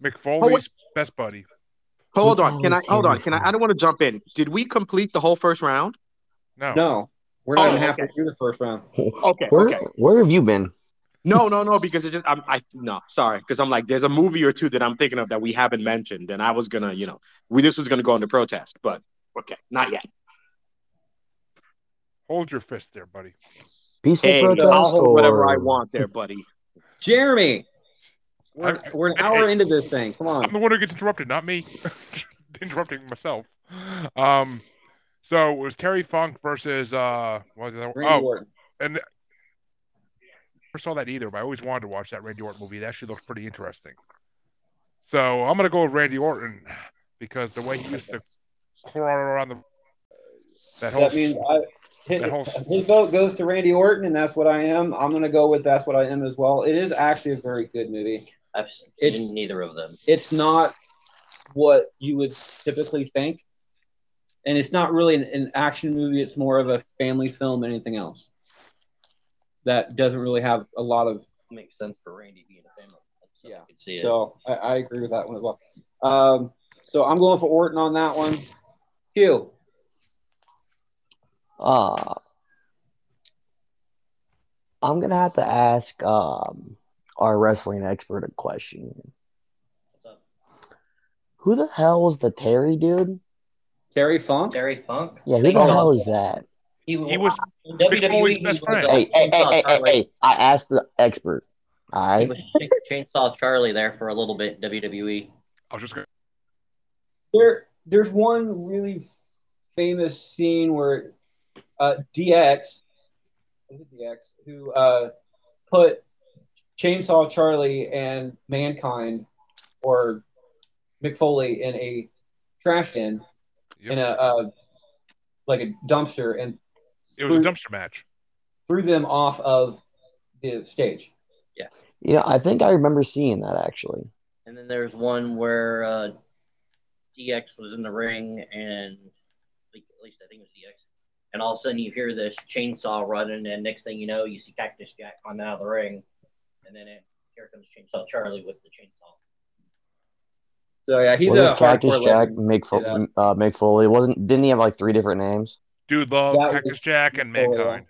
E: Mick
D: Oh, wait.
E: Foley's best buddy.
D: Hold
G: Who
D: on. Can I?
G: always
D: Hold on.
G: Terry
D: Can I? I
G: Funk?
D: don't want to jump in. Did we complete the whole first round?
E: No,
C: No, we're not
D: Oh,
C: even halfway
D: okay.
C: through the first round.
D: Okay.
G: Where
D: Okay.
G: where have you been?
D: No, no, no, because it just I'm, I no, sorry, because I'm like there's a movie or two that I'm thinking of that we haven't mentioned, and I was gonna, you know, we this was gonna go into protest, but okay, not yet.
E: hold your fist there, buddy.
G: Peaceful
D: Hey,
G: protest
D: I'll hold whatever I
G: or-
D: want there, buddy.
C: Jeremy, we're,
E: I- I-
C: we're an
E: hey,
C: hour
E: hey.
C: into this thing. Come
E: I'm the
C: on.
E: one who gets interrupted, not me. Interrupting myself. Um, so it was Terry Funk versus uh, what was that?
C: Randy
E: Oh,
C: Orton.
E: never saw that either, but I always wanted to watch that Randy Orton movie. That actually looks pretty interesting. So I'm gonna go with Randy Orton because the way he used to crawl around the that whole
C: That means I, his,
E: that whole-
C: his vote goes to Randy Orton, and that's what I am. I'm going to go with that's what I am as well. It is actually a very good movie.
H: I've seen
C: It's-
H: neither of them.
C: It's not what you would typically think, and it's not really an, an action movie. It's more of a family film than anything else that doesn't really have a lot of.
H: Makes sense for Randy being a family. So I
C: Yeah.
H: could see it.
C: So I, I agree with that one as well. Um, so I'm going for Orton on that one. Q.
G: Uh, I'm gonna have to ask um, our wrestling expert a question.
H: What's up?
G: Who the hell was the Terry dude?
C: Terry Funk.
H: Terry Funk.
G: Yeah, who
H: Big
G: the
H: Funk.
G: hell is that?
H: He,
E: he was
H: in
E: Mick Foley's
H: WWE.
E: best
H: he was,
E: friend.
H: uh,
G: Hey, hey, hey,
H: Chainsaw
G: hey, hey,
H: Charlie.
G: hey, I asked the expert. All
H: He
G: right.
H: was Chainsaw Charlie there for a little bit. E. WWE.
E: I was just gonna,
C: There, there's one really famous scene where uh, DX, is it DX, who uh, put Chainsaw Charlie and Mankind or McFoley in a trash bin
E: yep.
C: in a uh, like a dumpster and
E: it was a dumpster match.
C: threw them off of the stage.
G: You know, I think I remember seeing that actually.
H: And then there's one where uh, DX was in the ring, and like, at least I think it was DX. And all of a sudden, you hear this chainsaw running, and next thing you know, you see Cactus Jack climbing out of the ring, and then it, here comes Chainsaw Charlie with the chainsaw.
C: So yeah, he's
G: was
C: a
G: it Cactus
C: hardcore
G: Jack,
C: legend.
G: Mick, Fo-
C: Yeah.
G: uh, Mick Foley? Wasn't didn't he have like three different names?
E: Dude Love,
C: That
E: Cactus
C: was-
E: Jack, and
C: Oh, yeah.
E: Mankind.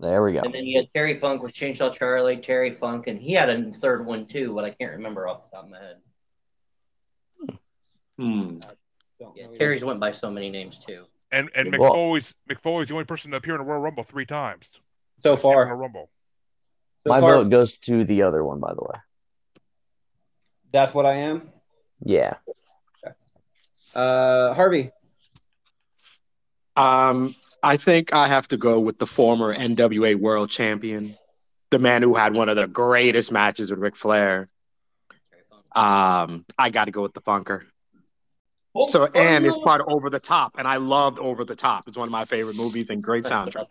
G: There we go.
H: And then you had Terry Funk with Chainsaw Charlie, Terry Funk, and he had a third one too, but I can't remember off the top of my head.
D: Hmm.
C: Don't
H: Yeah,
C: know
H: Terry's went by so many names too.
E: And and
G: Good ball.
E: McFoley's McFoley's the only person to appear in a Royal Rumble three times.
C: so
E: Royal
C: far.
E: Rumble.
C: So
G: My
C: far,
G: vote goes to the other one, by the way.
C: that's what I am.
G: Yeah.
C: Uh, Harvey.
D: Um, I think I have to go with the former NWA World Champion, the man who had one of the greatest matches with Ric Flair.
H: Terry Funk.
D: Um, I got to go with the Funker. So and it's part of Over the Top, and I loved Over the Top. It's one of my favorite movies and great soundtrack.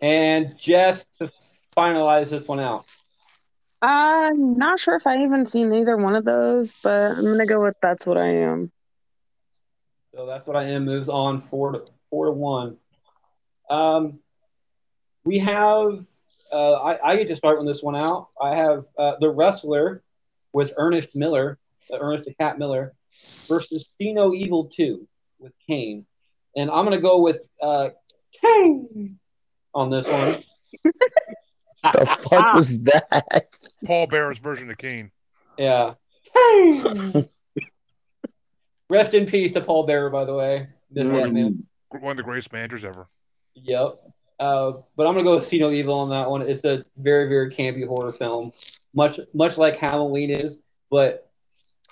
C: And just to finalize this one out,
M: Uh, not sure if I even seen either one of those, but I'm gonna go with that's what I am.
C: So that's what I am. Moves on four to four to one. Um, we have. Uh, I, I get to start on this one out. I have uh, the wrestler with Ernest Miller, uh, Ernest the Cat Miller, versus Dino Evil Two with Kane, and I'm gonna go with uh, Kane on this one.
G: The
D: Ah!
G: fuck was that?
E: Paul Bearer's version of Kane.
C: Yeah. Kane. Rest in peace to Paul Bearer, by the way. This
D: Yeah.
C: one, man.
E: One of the greatest managers ever.
C: Yep. Uh, but I'm gonna go with See No Evil on that one. It's a very, very campy horror film, much much like Halloween is, but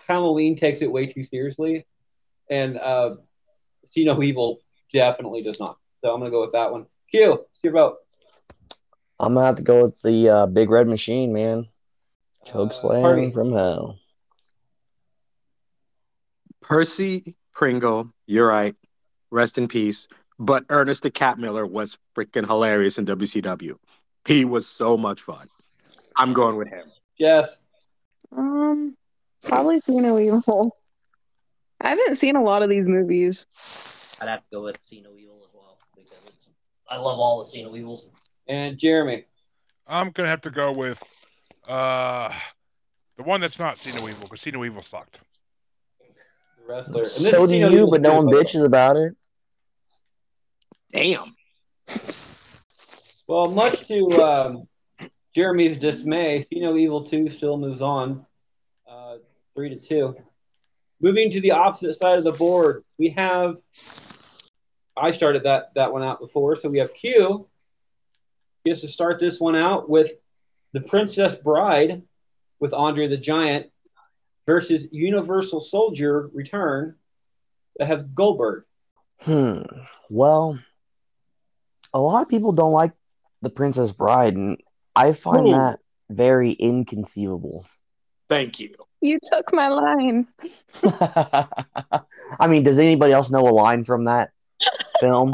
C: Halloween takes it way too seriously, and uh, See No Evil definitely does not. So I'm gonna go with that one. Q, it's your vote.
G: I'm gonna have to go with the uh, big red machine, man. Choke
C: Uh,
G: slam
C: Harvey.
G: from hell.
D: Percy Pringle, you're right. Rest in peace. But Ernest the Cat Miller was freaking hilarious in WCW. He was so much fun. I'm going with him.
C: Jess.
F: Um, probably see no evil. I haven't seen a lot of these movies.
H: I'd have to go with See No Evil as well because it's, I love all the See No Evils.
C: and Jeremy.
E: I'm gonna have to go with uh the one that's not Cena Evil because Cena Evil sucked.
C: the Wrestler. And this
G: So
C: is
G: do
C: See No
G: you,
C: Evil
G: but no
C: too,
G: one
C: by the way.
G: bitches about it.
D: Damn.
C: Well, much to um, Jeremy's dismay, See No Evil 2 still moves on uh, 3 to 2. Moving to the opposite side of the board, we have. I started that, that one out before. So we have Q. Gets to start this one out with The Princess Bride with Andre the Giant versus Universal Soldier Return that has Goldberg.
G: Hmm. Well, a lot of people don't like the Princess Bride, and I find
D: Ooh.
G: that very inconceivable.
D: Thank you.
F: You took my line.
G: I mean, does anybody else know a line from that film?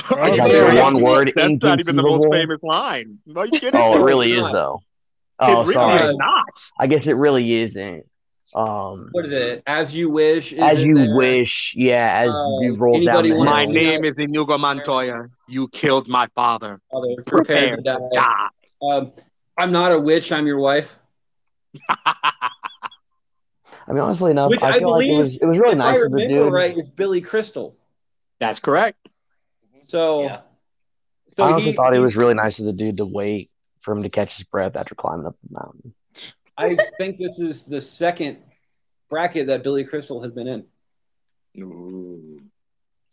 E: Is
G: that
D: Are you
G: your one
D: kidding?
G: word,
D: That's not even the most
G: inconceivable?
D: famous line. Are you kidding?
C: No,
G: Oh, it
C: it's
G: really is
C: not.
G: though.
D: It
G: Oh,
D: really
G: sorry.
D: is not.
G: I guess it really isn't. Um,
C: What is it? As You Wish. Is
G: as
C: in
G: you
C: there.
G: wish, yeah. As
C: Uh,
G: you roll down
C: anybody
G: the
C: wanna
D: My
G: hill.
C: see
D: name is Inigo Montoya. You killed my father.
C: Father, prepare
D: Prepare
C: Oh, to
D: to
C: die.
D: Die.
C: Um, I'm not a witch. I'm your wife.
G: I mean, honestly enough,
C: Which
G: I
C: I
G: feel like it
C: believe-
G: was it was really
C: if
G: nice
C: I
G: of the
C: remember
G: dude.
C: right, it's Billy Crystal.
D: That's correct.
G: Oh.
C: So,
H: Yeah.
C: so
G: I honestly
C: he,
G: thought it
C: he-
G: was really nice of the dude to wait for him to catch his breath after climbing up the mountain.
C: I think this is the second bracket that Billy Crystal has been in. So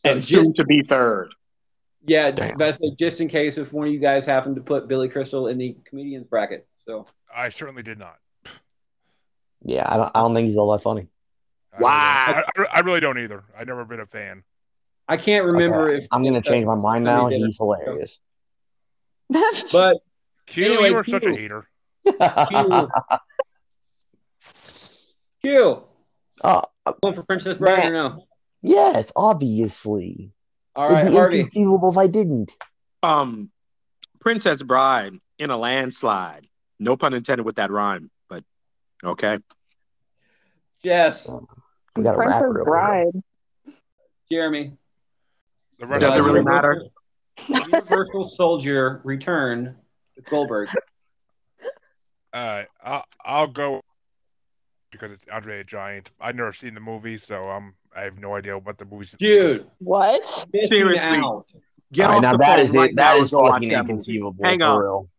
D: And
C: just-
D: soon to be third.
C: yeah,
G: Damn.
C: but I say just in case if one of you guys happened to put Billy Crystal in the comedians bracket. So
E: I certainly did not.
G: Yeah, I don't, I don't think he's all that funny.
E: I
D: Wow.
E: Really don't- I, I really don't either. I've never been a fan.
C: I can't remember
G: Okay,
C: if
G: I'm gonna
C: if, uh,
G: change my mind
C: somebody
G: now.
C: did it.
G: He's hilarious.
F: That's
C: But
E: Q,
C: Anyway,
E: you were such a
C: Q.
E: hater.
C: Q, Q,
G: oh,
C: one for Princess Bride or no?
G: yes, obviously.
C: All right,
G: It'd be
C: Harvey.
G: inconceivable if I didn't.
D: Um, Princess Bride in a landslide. No pun intended with that rhyme, but okay.
C: Jess,
G: We got a
F: Princess
G: rapper over here.
F: Bride.
C: Jeremy.
E: The
G: Does
E: rest
D: Does it
E: of
D: really
E: the-
D: matter?
C: Universal Soldier Return with Goldberg.
E: Uh, I'll, I'll go because it's Andre the Giant. I've never seen the movie, so I'm I have no idea what the movie's.
C: Dude,
F: What?
C: missing
D: Seriously.
C: out.
D: Get
G: All right,
D: off
G: now
D: the
G: that
D: phone
G: is
D: right
G: it. That
D: now
G: is
D: and go watch
G: fucking
D: that movie.
G: inconceivable
D: Hang
G: for
D: on.
G: real.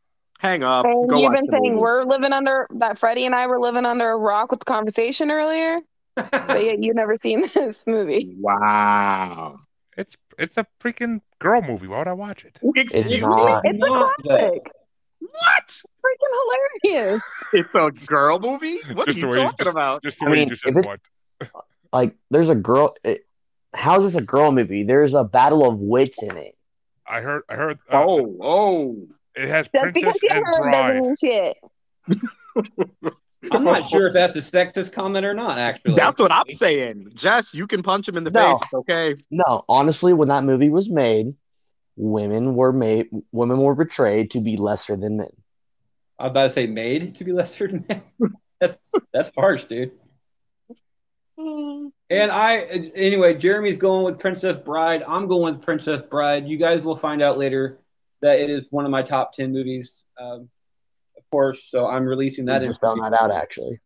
D: Hang up.
F: And
D: Go
F: you've
D: watch
F: been
D: the
F: saying
D: movie.
F: we're living under that Freddie and I were living under a rock with the conversation earlier, but yet you've never seen this movie.
D: Wow.
E: It's it's a freaking girl movie. Why would I watch it?
G: It's
D: Excuse
G: not.
F: It's
C: Not
F: a
C: that-
F: classic.
D: what?
F: Freaking hilarious.
D: It's a girl movie? What are
E: Just
D: you
E: the way you-
D: talking about?
E: Just the
G: I
E: way
G: mean,
E: you just
G: if
E: said
G: it's-
E: what.
G: Like, there's a girl. It, how's this a girl movie? There's a battle of wits in it.
E: I heard I heard uh,
D: Oh, oh.
E: it has
F: Just because
E: Princess
F: you
E: and
F: heard doesn't
E: Bride.
F: mean shit.
C: I'm not sure if that's a sexist comment or not, actually.
D: That's what I'm saying. Jess, you can punch him in the
G: No.
D: face. It's okay.
G: No, honestly, when that movie was made, women were made. Women were portrayed to be lesser than men.
C: I'm about to say made to be lesser than that. That's, that's harsh, dude. And I, anyway, Jeremy's going with Princess Bride. I'm going with Princess Bride. You guys will find out later that it is one of my top 10 movies, um, of course. So I'm releasing
G: I
C: that.
G: just found that out actually.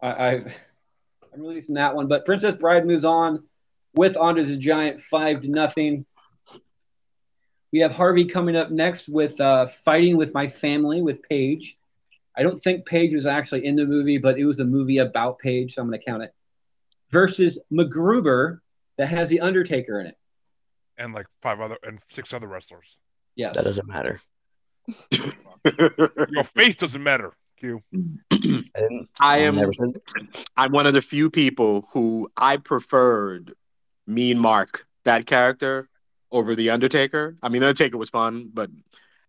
C: I, I've, I'm releasing that one. But Princess Bride moves on with Andres the Giant, five to nothing. We have Harvey coming up next with uh, Fighting with My Family with Paige. I don't think Paige was actually in the movie, but it was a movie about Paige, so I'm going to count it. Versus MacGruber that has The Undertaker in it.
E: and like five other and six other wrestlers.
C: Yes.
G: That doesn't matter.
E: Your face doesn't matter. Q.
G: I, didn't,
D: I am-
G: Never said,
D: I'm one of the few people who I preferred Mean Mark, that character, over The Undertaker. I mean, The Undertaker was fun, but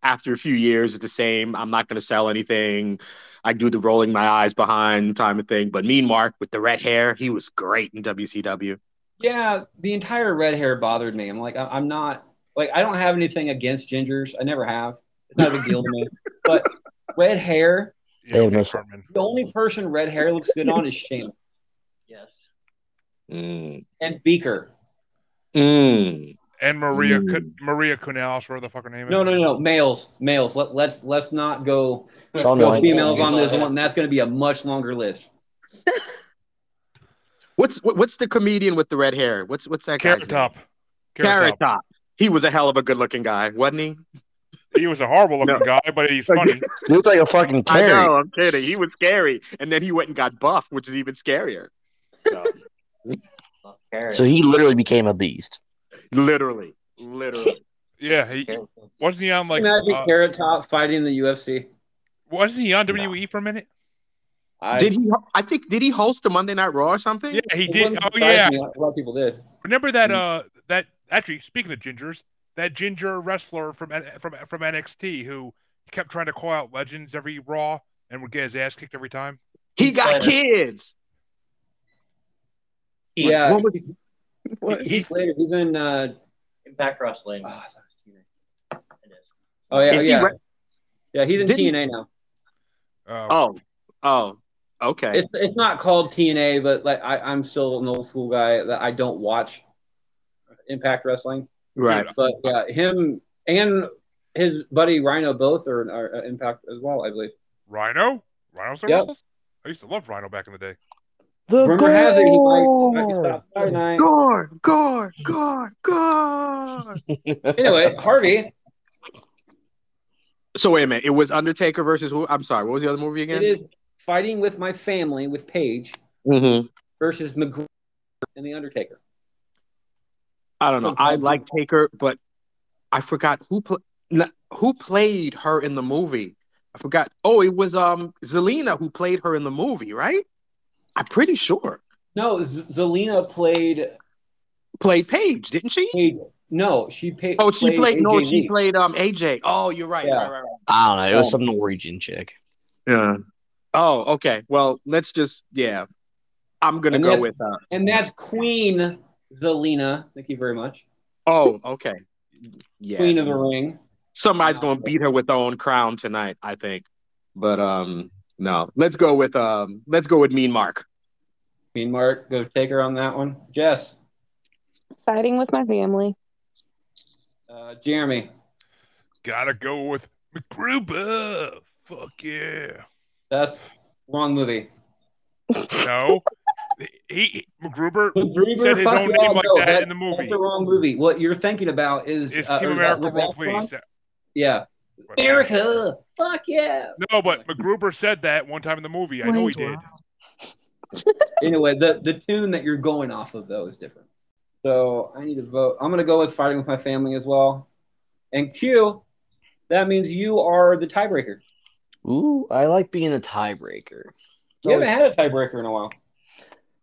D: after a few years, it's the same. I'm not going to sell anything. I do the rolling my eyes behind time of thing. But Mean Mark with the red hair, he was great in WCW.
C: Yeah, the entire red hair bothered me. I'm like, I- I'm not, like, I don't have anything against gingers. I never have. It's not a big deal to me. But red hair,
E: Yeah,
G: They have
E: okay,
G: Oh, no-
E: Carmen.
C: the only person red hair looks good on is Shane
H: Yes.
D: Mm.
C: and Beaker.
D: Mm.
E: And Maria Cu-
D: Mm.
E: Maria Canales, whatever the fuck her name is.
C: No, no, no, no, males, males. Let, let's let's not go let's
G: Shawn
C: go
G: White.
C: females on this one. That's going to be a much longer list.
D: What's what, what's the comedian with the red hair? What's what's that guy's
E: Carrot
D: name?
E: Top.
D: Carrot Top. He was a hell of a good-looking guy, wasn't he?
E: He was a horrible looking guy, but he's funny.
G: you look like a fucking
D: I
G: carrot.
D: know, I'm kidding. He was scary, and then he went and got buff, which is even scarier. So,
H: Fuck Carrot.
G: So he literally became a beast.
D: literally, literally.
E: Yeah, he
H: Carrot.
E: wasn't he on like
C: Imagine
E: uh,
C: Carrot Top fighting the UFC.
E: wasn't he on WWE for a minute?
C: I,
D: Did he? I think did he host a Monday Night Raw or something?
E: Yeah, he
C: it
E: did.
C: wouldn't
E: Oh
C: surprise
E: yeah,
C: me. A lot of people did.
E: remember
C: Mm.
E: that? Uh, that actually speaking of gingers, that ginger wrestler from N- from from NXT who kept trying to call out legends every Raw and would get his ass kicked every time.
D: he got
H: Slater.
D: kids.
C: Yeah,
D: What was-
C: he- he's later. He's in. Uh,
H: Impact Wrestling.
C: oh,
H: It is.
C: oh, yeah,
D: Is he
C: yeah,
D: re-
C: yeah. He's in
D: Didn't-
C: TNA now.
E: Uh,
D: oh, oh, okay.
C: It's it's not called TNA, but like I, I'm still an old school guy that I don't watch Impact Wrestling.
D: right.
C: But yeah, him and his buddy Rhino both are, are uh, impact as well, I believe.
E: Rhino, Rhino still
C: Yep.
E: wrestles. I used to love Rhino back in the day.
G: The
C: Rumor has it he might, might be stopped by tonight.
D: Gore, gore, gore, gore.
C: Anyway, Harvey,
D: So wait a minute. It was Undertaker versus who? I'm sorry. What was the other movie again?
C: it is fighting with my family with Paige
D: Mhm.
C: versus McGregor and the Undertaker.
D: I don't know. I like Taker, but I forgot who pl- n- who played her in the movie. I forgot. Oh, it was um Zelina who played her in the movie, right? I'm pretty sure
C: No, Z- Zelina played
D: played Paige, didn't she?
C: Paige. No, she pa-
D: Oh, she played.
C: AJ
D: no, she
C: Lee.
D: played um AJ. Oh, you're right.
C: Yeah.
D: Right, right, right.
G: I don't know. It was
D: Oh.
G: some Norwegian chick.
D: Yeah. Oh, okay. Well, let's just yeah. I'm gonna
C: And
D: go
C: that's-
D: with. Uh,
C: and that's Queen Zelina. Thank you very much,
D: oh, okay. Yeah.
C: Queen of the Ring.
D: somebody's gonna beat her with her own crown tonight, I think. But um no, let's go with um let's go with Mean Mark.
C: Queen Mark, go take her on that one. Jess,
F: Fighting with my family.
C: uh, Jeremy,
E: Gotta go with McGruber. Fuck yeah.
C: that's wrong movie.
E: No, he McGruber said
C: MacGruber,
E: his
C: fuck
E: own
C: y'all,
E: name like
C: no,
E: that in the movie.
C: That's the wrong movie. What you're thinking about is
E: is
C: uh,
E: Team
C: or, uh,
E: America
C: was
E: Role
C: that wrong?
E: Please.
C: Yeah, America, fuck yeah.
E: No, but McGruber said that one time in the movie. I know he did.
C: Anyway, the the tune that you're going off of though is different. So I need to vote. I'm gonna go with fighting with my family as well. And Q, that means you are the tiebreaker.
G: Ooh, I like being a tiebreaker. It's
C: You haven't
G: always-
C: had a tiebreaker in a while.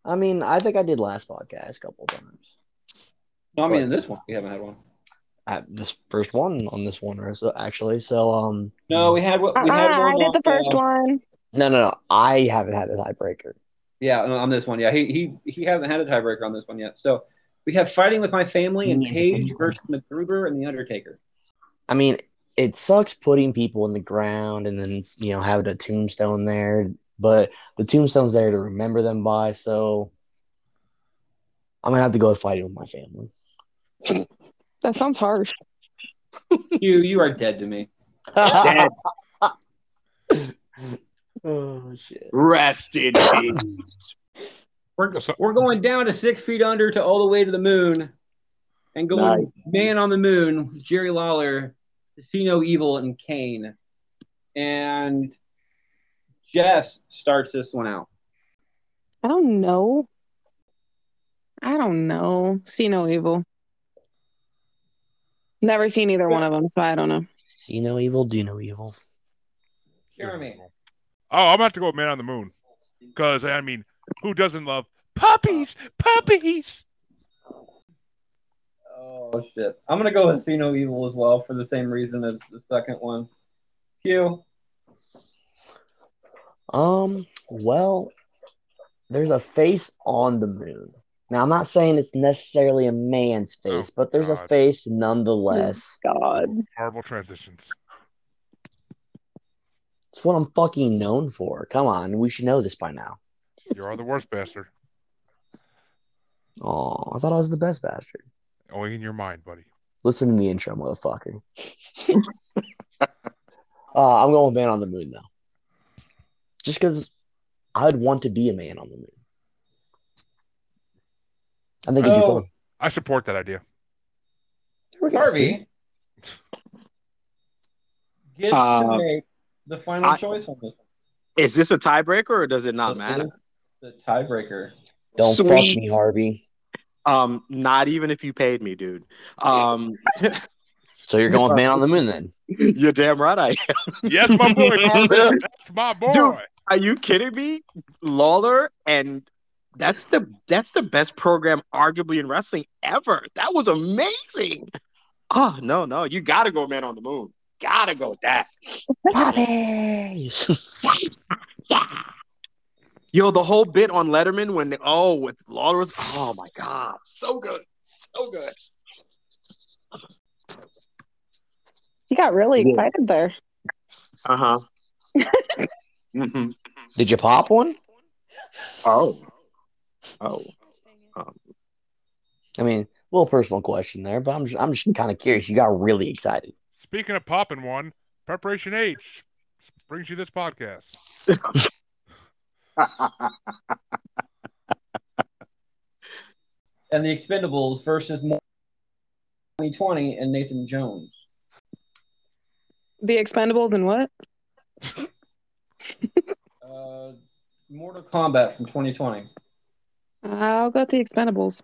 G: I mean, I think I did last podcast a couple times.
C: No, I mean in this one we haven't had one.
G: I, this first one on this one, or so, actually. So, um,
C: No, we had what we
F: Uh-uh,
C: had one.
F: I
C: on,
F: did the first
C: uh,
F: one.
G: no, no, no. I haven't had a tiebreaker.
C: Yeah, on on this one. Yeah, he he he hasn't had a tiebreaker on this one yet. So we have fighting with my family and
G: Yeah,
C: Paige
G: McGruber.
C: versus McGruber and the Undertaker.
G: I mean, it sucks putting people in the ground and then, you know, having a tombstone there, but the tombstone's there to remember them by. So I'm gonna have to go fighting with my family.
F: That sounds harsh.
C: you you are dead to me.
D: Dead.
G: oh shit.
D: Rest in peace.
E: We're go- so-
N: We're going down to six feet under to all the way to the moon, and going man on the moon with Jerry Lawler, Casino Evil, and Kane.
C: And Jess starts this one out.
F: I don't know. I don't know. See no evil. Never seen either one of them, so I don't know.
G: See no evil, do no evil.
C: Jeremy.
E: Oh, I'm about to go with Man on the Moon. Because, I mean, who doesn't love puppies? Puppies!
C: Oh shit. I'm gonna go with See No Evil as well for the same reason as the second one. Q.
G: Um, well, there's a face on the moon. Now, I'm not saying it's necessarily a man's face,
E: Oh,
G: but there's a
E: God.
G: face nonetheless.
F: God.
E: Horrible transitions.
G: It's what I'm fucking known for. Come on, we should know this by now.
E: You are the worst bastard.
G: Oh, I thought I was the best bastard.
E: Only in your mind, buddy.
G: Listen to the intro, motherfucker. uh, I'm going with man on the moon though, just because I'd want to be a man on the moon. I think it'd be
C: Oh.
G: fun.
E: I support that idea.
C: Harvey gets
D: Uh,
C: to make the final
D: I- Oh,
C: choice on this one.
D: Is this a tiebreaker or does it not
C: It
D: matter?
C: is The tiebreaker.
G: Don't fuck
D: Sweet.
G: me, Harvey.
D: Um, not even if you paid me, dude. Um,
G: So you're going with man on the moon then?
D: you're damn right I
E: Yes, my boy. Harvey. That's my boy.
D: Dude. Are you kidding me? Lawler and that's the that's the best program arguably in wrestling ever. That was amazing. Oh no, no, you gotta go man on the moon. Gotta go with that.
G: Puppies.
D: Yeah. Yo, the whole bit on Letterman when they, oh with Lawler was oh my god, so good. So good.
F: He got really
D: Yeah.
F: excited there.
D: Uh-huh. Mhm.
G: Did you pop one?
D: Oh. Oh.
G: I mean, a little personal question there, but I'm just, I'm just kind of curious. You got really excited.
E: Speaking of popping one, Preparation H brings you this podcast.
C: And the Expendables versus Mo- 2020 and Nathan Jones.
F: The Expendables and what?
C: Uh, Mortal Kombat from 2020.
F: I'll go with the Expendables.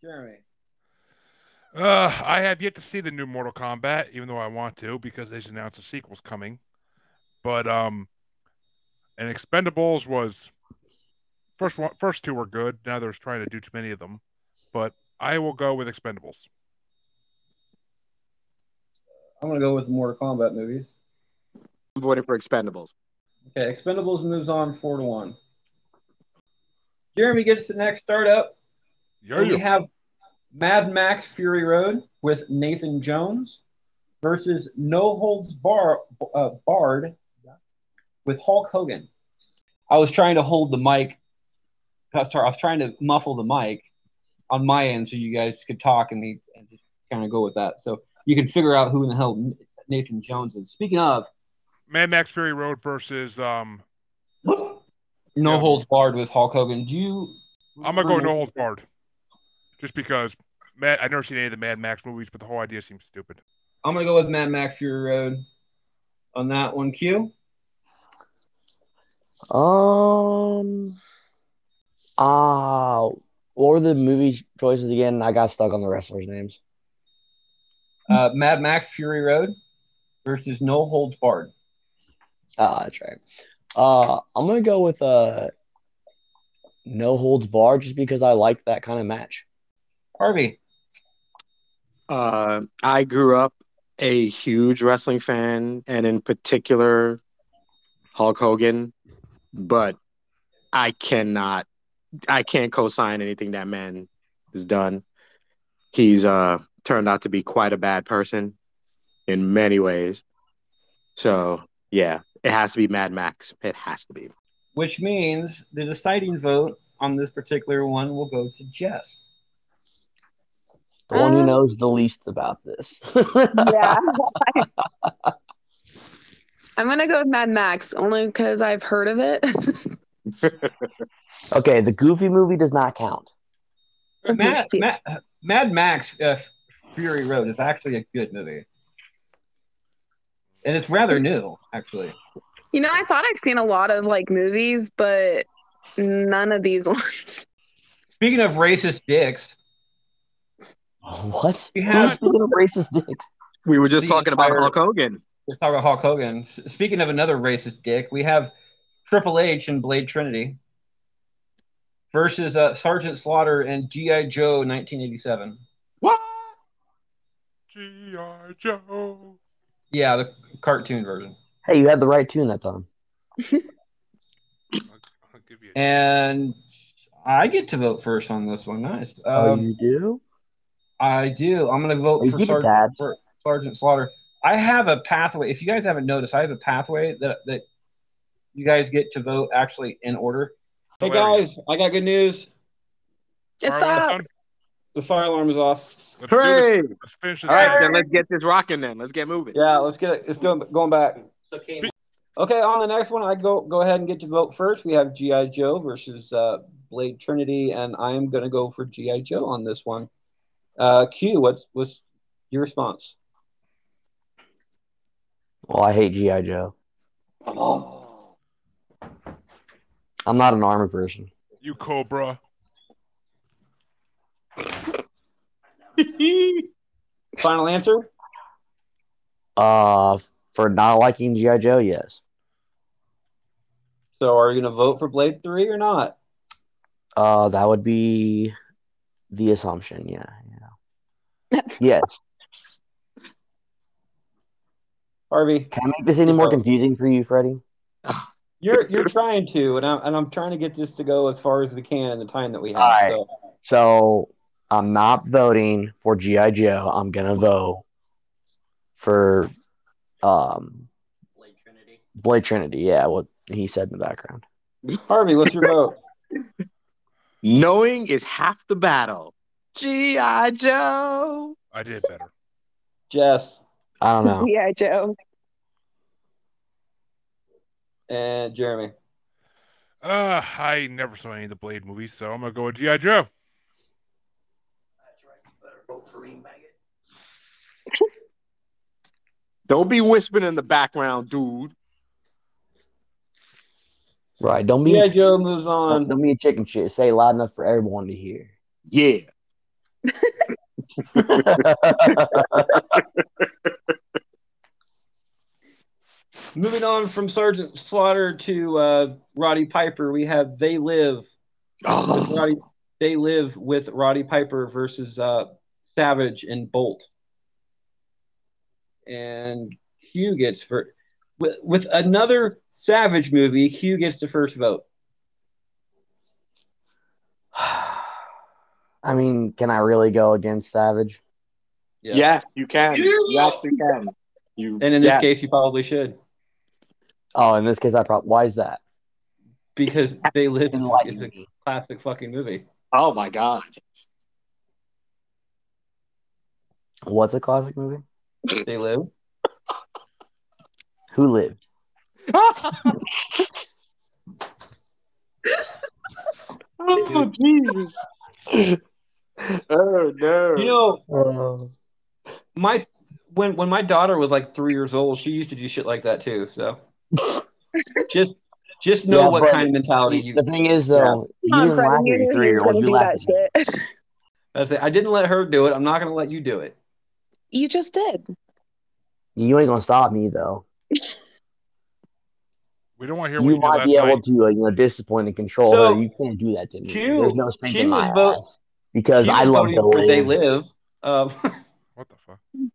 C: Jeremy.
E: Uh, I have yet to see the new Mortal Kombat, even though I want to because they just announced a sequel's coming. But um, and Expendables was first one, first two were good. Now they're trying to do too many of them. But I will go with Expendables.
C: I'm gonna go with the Mortal Kombat movies.
D: I'm voting for expendables.
C: Okay, Expendables moves on four to one. Jeremy gets the next startup.
D: Oh,
E: Yeah,
C: we have Mad Max Fury Road with Nathan Jones versus No Holds Bar uh, Barred with Hulk Hogan. I was trying to hold the mic. uh, Sorry, I was trying to muffle the mic on my end so you guys could talk and we and just kind of go with that. So you can figure out who in the hell Nathan Jones is. Speaking of,
E: Mad Max Fury Road versus um,
C: No
E: Yeah.
C: holds barred with Hulk Hogan. Do you?
E: I'm gonna go with No Holds Barred, just because. Mad, I've never seen any of the Mad Max movies, but the whole idea seems stupid.
C: I'm gonna go with Mad Max Fury Road on that one. Q.
G: Um. Ah, what were the movie choices again? I got stuck on the wrestlers' names.
C: Uh, Mad Max Fury Road versus No Holds Barred.
G: Ah, that's right. Uh, I'm gonna go with uh, no holds bar, just because I like that kind of match.
C: Harvey.
D: Uh, I grew up a huge wrestling fan, and in particular, Hulk Hogan. But I cannot, I can't co-sign anything that man has done. He's uh turned out to be quite a bad person in many ways. So yeah, it has to be Mad Max. It has to be.
C: Which means the deciding vote
N: on this particular one will go to Jess.
G: The one who
F: Uh.
G: knows the least about this.
F: yeah.
M: I'm gonna go with Mad Max only because I've heard of it.
G: okay, the Goofy movie does not count.
C: Mad, Mad, Mad Max uh, Fury Road is actually a good movie. And it's rather new, actually.
M: you know, I thought I've seen a lot of like movies, but none of these ones.
C: Speaking of racist dicks,
G: What?
C: we
G: Who's
C: have.
G: speaking of racist dicks?
D: We were just
C: The
D: talking about
C: entire-
D: Hulk Hogan.
C: Let's talk about Hulk Hogan. S- Speaking of another racist dick, we have Triple H in Blade Trinity versus uh, Sergeant Slaughter in G.I. Joe 1987.
D: What?
E: G.I. Joe.
C: Yeah, the cartoon version.
G: Hey, you had the right tune that time.
E: I'll, I'll give you a-
C: And I get to vote first on this one. Nice. Um,
G: oh, you do?
C: I do. I'm going to vote
G: Hey,
C: for
G: keep it,
C: Sergeant,
G: Dabs.
C: for Sergeant Slaughter. I have a pathway. If you guys haven't noticed, I have a pathway that, that you guys get to vote actually in order. Hey
E: Hilarious.
C: guys, I got good news.
M: It's
E: Fire alarm
M: up.
E: sound.
C: The fire alarm is off.
E: Let's do this.
D: Hooray!
E: Let's finish this.
D: All right, then
E: thing.
D: let's get this rocking. Then let's get moving.
C: Yeah, let's get it. It's going going back.
H: So Kane,
C: Okay, on the next one, I go go ahead and get to vote first. We have GI Joe versus uh, Blade Trinity, and I am going to go for GI Joe on this one. Uh, Q, what's what's your response?
G: Well, I hate G.I. Joe. I'm not an armor person.
E: You Cobra.
C: Final answer.
G: Uh, for not liking G.I. Joe, yes.
C: So, are you going to vote for Blade Three or not?
G: Uh, that would be the assumption. Yeah, yeah. yes.
C: Harvey,
G: Can I make this any more confusing for you, Freddie?
C: you're you're trying to, and I'm and I'm trying to get this to go as far as we can in the time that we have.
G: All right.
C: So,
G: So I'm not voting for GI Joe. I'm gonna vote for um
H: Blade Trinity.
G: Blade Trinity. Yeah, what he said in the background.
C: Harvey, what's your vote?
D: Knowing is half the battle. G.I. Joe.
E: I did better.
C: Jess
G: I don't know.
F: G.I. Joe.
C: and Jeremy.
E: Uh, I never saw any of the Blade movies, so I'm gonna go with G.I. Joe.
H: That's right. You better vote for me, maggot.
D: Don't be whispering in the background, dude.
G: Right? Don't be
C: GI Joe moves
G: don't,
C: on.
G: don't be a chicken shit. Say it loud enough for everyone to hear.
D: Yeah.
C: Moving on from Sergeant Slaughter to uh, Roddy Piper, we have They Live. with
D: Oh,
C: Roddy, they Live with Roddy Piper versus uh, Savage and Bolt. And Hugh gets for with, with another Savage movie. Hugh gets the first vote.
G: I mean, can I really go against Savage?
C: Yes.
D: Yes, you can. Yes, you can. You
C: And in this
D: yes.
C: case, you probably should
G: Oh, in this case, I probably. Why is that?
C: because They Live is,
G: Enlighten
C: is a
G: me.
C: classic fucking movie.
D: Oh my god.
G: What's a classic movie?
C: They Live.
G: Who lived?
D: oh Jesus. Oh no.
C: You know,
G: Oh.
C: my when when my daughter was like three years old, she used to do shit like that too. So just just know
G: Yeah,
C: what
G: but-
C: kind of mentality
G: See,
C: Oh, you.
G: the thing is, though,
F: Come
G: you
F: on,
G: didn't laugh
F: Freddie.
G: at
F: You
G: your
F: knew
G: three
F: he
G: year
F: was going
G: old. You
F: to do
G: laughed
F: that
G: at me.
F: shit.
C: I say I didn't let her do it. I'm not gonna let you do it.
F: you just did.
G: You ain't gonna stop me though.
E: We don't want to hear
G: You
E: what you
G: might
E: did
G: be
E: last
G: able
E: night.
G: to, uh, you know, discipline and control
C: So,
G: her. You can't do that to me.
C: Q-
G: There's no spanking
C: Q
G: my
C: is vote-
G: ass because
C: She
G: I
C: was
G: love
C: voting
G: the
C: for they
G: live.
C: live. Uh,
E: What the fuck?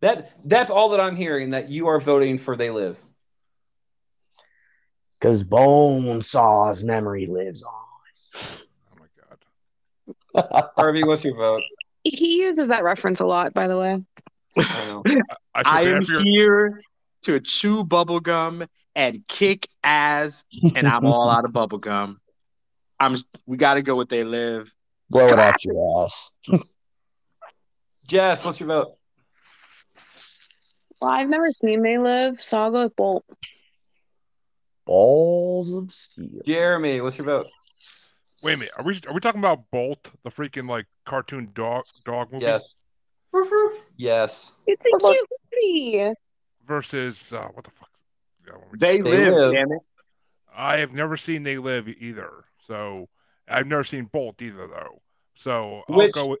C: that that's all that I'm hearing. That you are voting for they live.
G: Because Bone Saw's memory lives
E: Oh my god.
G: on.
C: Harvey, what's your vote?
M: He uses that reference a lot, by the way.
C: I know.
E: I, feel
D: I
E: bad
D: am
E: for your-
D: here to chew bubblegum and kick ass, and I'm all out of bubblegum. I'm. We got to go with they live.
G: Blow it out your ass.
N: Jess, what's your vote?
M: Well, I've never seen They Live, so I'll go with Bolt.
G: Balls of steel.
N: Jeremy, what's your vote?
E: Wait a minute. Are we are we talking about Bolt, the freaking like cartoon dog dog movie,
N: Yes. Yes.
M: It's a
F: Look.
M: cute movie.
E: versus uh, what the fuck? Yeah, what we-
D: They,
N: They
D: live,
N: Live.
D: Damn it.
E: I have never seen They Live either, so I've never seen Bolt either though. So I'll
N: Which-
E: go with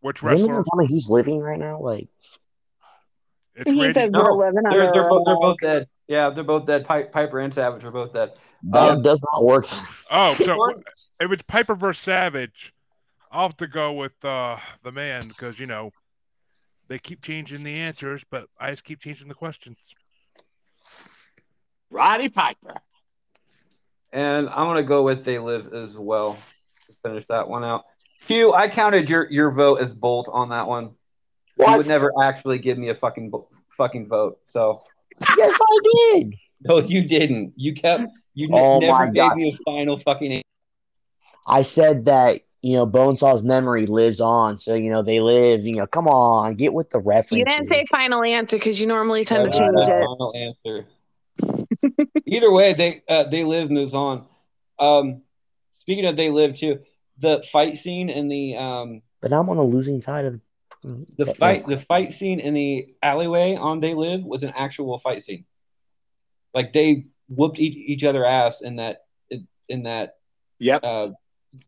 E: which
G: Does anyone
E: wrestler?
G: tell me who's living right now? Like,
E: It's
F: He
E: Randy.
F: said
N: No,
F: we're living under
C: They're, they're,
F: a
C: both, they're
F: rock.
C: both dead.
N: Yeah, they're both dead. Pi- Piper and Savage are both dead.
G: that
N: Um,
G: does not work.
E: oh, so
C: Or-
E: if it's Piper versus Savage, I'll have to go with uh, the man because you know they keep changing the answers, but I just keep changing the questions.
D: Roddy Piper.
N: and I'm gonna go with they live as well.
C: Let's finish that one out. Hugh, I counted your, your vote as Bolt on that one. You would never actually give me a fucking bo- fucking vote. So
G: yes, I did.
C: no, you didn't. You kept you ne-
G: Oh my
C: never gave
G: God.
C: me a final fucking. answer.
G: I said that you know Bonesaw's memory lives on, so you know they live. You know, come on, get with the reference.
M: You didn't say final answer because you normally tend to
C: That
M: change
C: was my
M: it.
C: Final answer. Either way, they uh, they live moves on. Um, speaking of they live too, the fight scene in the um,
G: but I'm on the losing side of the,
C: the fight the fight scene in the alleyway on They Live was an actual fight scene. Like they whooped each, each other ass in that in that
D: Yep,
C: uh,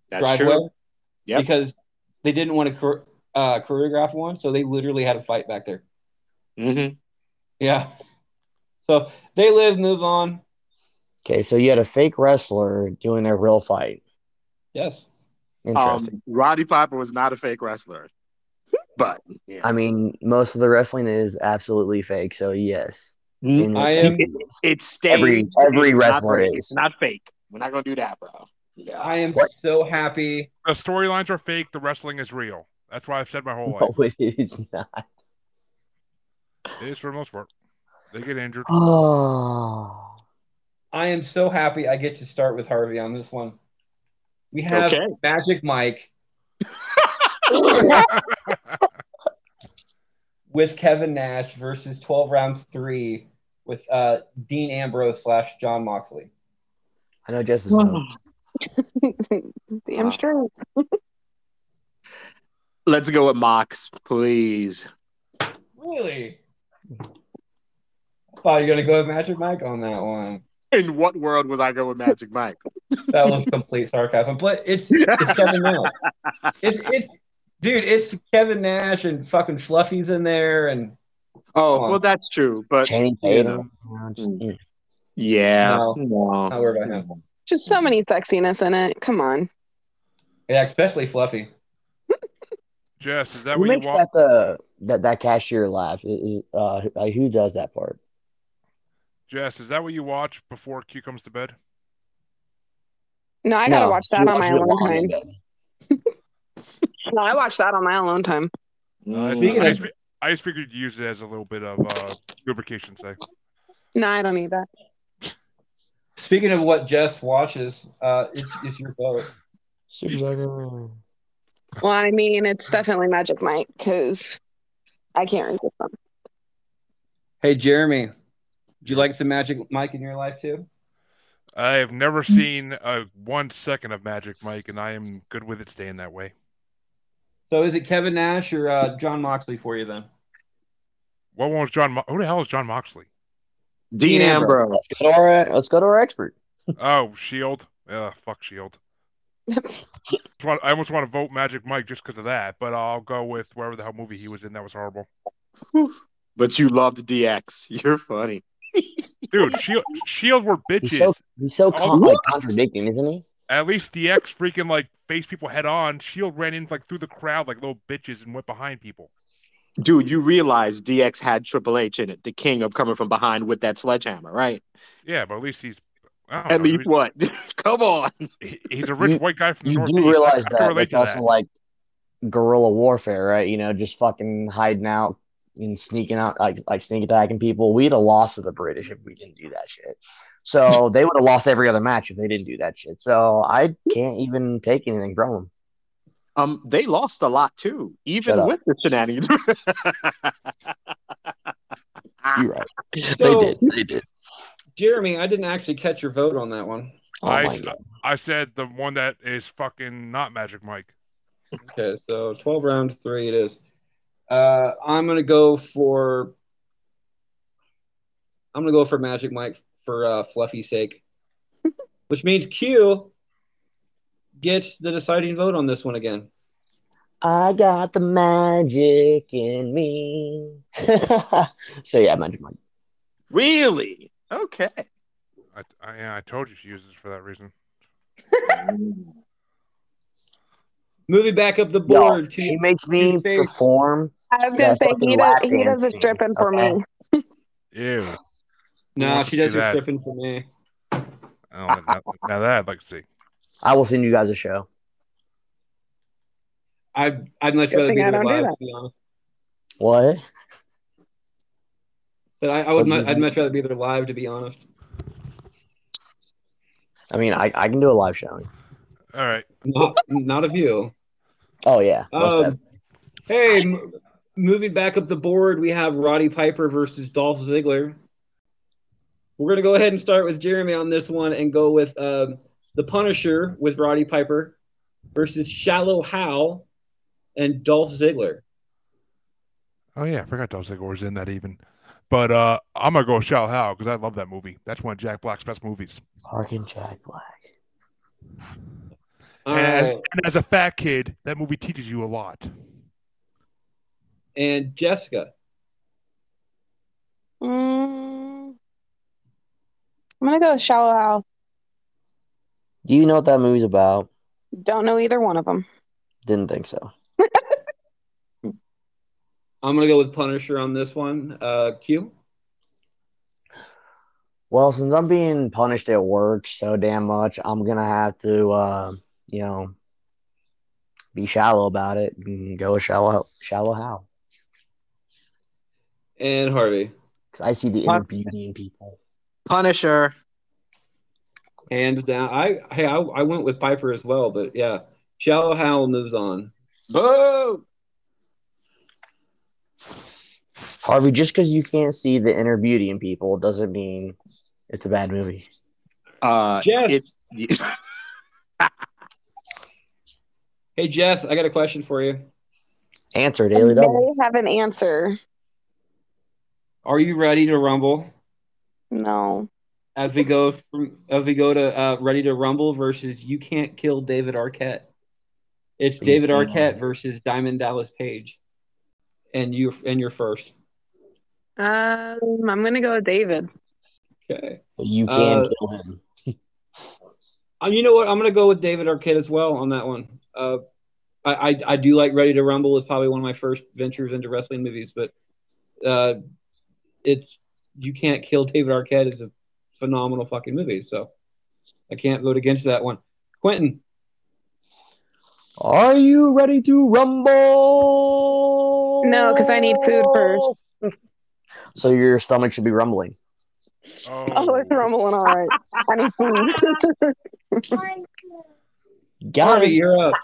D: that's
C: driveway
D: true. Yep.
C: because they didn't want to chor- uh, choreograph one, so they literally had a fight back there.
D: hmm
C: Yeah. So They Live moves on.
G: Okay, so you had a fake wrestler doing a real fight.
C: Yes.
G: Interesting.
D: Um, Roddy Piper was not a fake wrestler, but yeah.
G: I mean, most of the wrestling is absolutely fake, so yes. In-
C: I am-
D: It, it's staged.
G: Every- every
D: It's not
G: wrestler
D: fake.
G: is.
D: It's not fake. We're not gonna do that, bro. Yeah.
C: I am
G: What?
C: so happy.
E: The storylines are fake. The wrestling is real. That's why I've said my whole life.
G: no, it is not.
E: It is for the most part. They get injured.
G: Oh,
C: I am so happy I get to start with Harvey on this one. We have
D: Okay.
C: Magic Mike
E: That's
C: with Kevin Nash versus 12 rounds three with uh, Dean Ambrose slash John Moxley.
G: I know Jess is on.
D: Wow.
F: Damn straight.
D: Let's go with Mox, please.
C: Really? I thought you were going to go with Magic Mike on that one.
D: In what world would I go with Magic Mike?
C: That was complete sarcasm, but it's it's Kevin Nash. It's it's dude, it's Kevin Nash and fucking Fluffy's in there and
D: Oh,
C: Come on.
D: well, that's true, but
G: Channing
D: you
G: Tatum. No, just-
M: Hmm.
D: Mm. yeah,
C: No.
D: no.
C: not worried about him.
F: Just so many sexiness in it. Come on.
C: Yeah, especially Fluffy.
E: Jess, is that
G: Who
E: what you
G: makes
E: want?
G: that the that, that cashier laugh? Is uh, like, who does that part?
E: Jess, is that what you watch before Q comes to bed?
F: No, I gotta
G: No,
F: watch
G: she
F: that on my
G: watches it
F: alone
G: while I'm in
F: time.
G: bed.
F: No, I watch that on my alone time.
E: I,
D: Mm.
C: Speaking
E: I,
C: of-
E: just, I just figured you use it as a little bit of uh, lubrication, say.
F: No, I don't need that.
C: Speaking of what Jess watches, uh, it's, it's your vote.
G: Super Zucker.
F: Well, I mean, it's definitely Magic Mike because I can't resist them.
C: Hey, Jeremy, do you like some Magic Mike in your life too?
E: I have never seen a one second of Magic Mike, and I am good with it staying that way.
C: So is it Kevin Nash or uh, John Moxley for you then?
E: What one was John? Mo- Who the hell is John Moxley?
D: Dean Ambrose.
G: Let's go to our let's go to our expert.
E: Oh, Shield. Uh, fuck Shield. Just want- I almost want to vote Magic Mike just because of that, but I'll go with wherever the hell movie he was in. That was horrible,
D: But you loved DX. You're funny.
E: dude. Shield, Shield E were bitches.
G: He's so he's so con-
E: Oh,
G: like contradicting, isn't he?
E: At least DX freaking like face people head on. Shield E ran in like through the crowd like little bitches and went behind people.
D: Dude, you realize DX had Triple H in it, the king of coming from behind with that sledgehammer, right?
E: Yeah, but at least Oh, he's I don't
D: At
E: know,
D: least what? Come on.
E: he- he's a rich
G: You-
E: white guy from the
G: You
E: northeast.
G: do realize
E: I, I can
G: that
E: relate
G: it's
E: to
G: also
E: that.
G: like guerrilla warfare, right? You know, just fucking hiding out, and sneaking out like like sneak attacking people. We'd have lost to the British if we didn't do that shit. So they would have lost every other match if they didn't do that shit. So I can't even take anything from them.
D: Um, they lost a lot too,
G: Shut
D: even
G: up.
D: with the shenanigans.
G: You're right.
C: So-
G: they did. They did.
C: Jeremy, I didn't actually catch your vote on that one.
G: Oh
E: I,
G: my
E: s-
G: god.
E: I said the one that is fucking not Magic Mike.
C: Okay, so 12 round three it is. Uh, I'm gonna go for I'm gonna go for Magic Mike for uh, Fluffy's sake, which means Q gets the deciding vote on this one again.
G: I got the magic in me. so yeah, Magic Mike.
D: really? Okay.
E: I, I, yeah, I told you she uses it for that reason.
C: Moving back up the
G: Yo,
C: board to
G: she makes me
C: two face.
G: perform.
F: I was
G: Yeah,
F: gonna say
G: fucking
F: he does
G: lap
F: he does a
G: dancing,
F: stripping for
G: okay?
F: me.
E: Ew.
C: no,
E: wants
C: she
E: to
C: does
E: see
C: her
E: that?
C: stripping for me.
E: I don't know, now, now that I'd like to see.
G: I will send you guys a show.
C: I'd I'd much
F: Good
C: rather
F: thing
C: be
F: I
C: there
F: don't do
C: live,
F: that.
C: to be honest.
G: What?
C: But I, I would
G: What'd
C: mu-
E: Mm-hmm.
G: you
C: I'd
G: do?
C: much rather be there live, to be honest.
G: I mean, I, I can do a live showing.
E: All right.
C: Not not of you.
G: Oh yeah. most
C: Um,
G: definitely.
C: hey, m- moving back up the board, we have Roddy Piper versus Dolph Ziggler. We're gonna go ahead and start with Jeremy on this one and go with uh, the Punisher with Roddy Piper versus Shallow Hal and Dolph Ziggler.
E: Oh yeah, I forgot Dolph Ziggler was in that even. But uh, I'm gonna go shout how because I love that movie. That's one of Jack Black's best movies.
G: Fucking Jack Black.
C: All
E: and, as,
C: right.
E: and as a fat kid, that movie teaches you a lot.
C: and Jessica.
F: Mm, I'm gonna go with Shallow Hal.
G: Do you know what that movie's about?
F: Don't know either one of them.
G: Didn't think so.
C: I'm gonna go with Punisher on this one. Uh, Q.
G: Well, since I'm being punished at work so damn much, I'm gonna have to, uh, you know, be shallow about it and go with shallow, shallow how?
C: and Harvey
G: Because I see the inner beauty in people.
D: Punisher.
C: and down. I hey I, I went with Piper as well, but yeah, Shallow Hal moves on.
D: Boo.
G: Harvey, just because you can't see the inner beauty in people doesn't mean it's a bad movie.
D: Uh,
C: Jess.
D: it-
C: Hey Jess, I got a question for you.
G: Answer
F: And
G: daily double.
F: They have an answer.
C: Are you ready to rumble?
F: No.
C: As we go from as we go to uh, ready to rumble versus you can't kill David Arquette. It's
G: You
C: David
G: can't.
C: Arquette versus Diamond Dallas Page, and you and you're first.
F: Um, I'm gonna go with David.
C: Okay.
G: But you can
C: Uh,
G: kill him.
C: Uh, you know what? I'm gonna go with David Arquette as well on that one. Uh, I, I I do like Ready to Rumble. It's probably one of my first ventures into wrestling movies, but uh, it's you can't kill David Arquette is a phenomenal fucking movie. So I can't vote against that one. Quentin,
G: Are you ready to rumble?
F: No, 'cause I need food first.
G: so your stomach should be rumbling.
E: Oh,
F: Oh, it's rumbling all right. I need food.
G: Got
C: Harvey,
G: it.
C: you're up.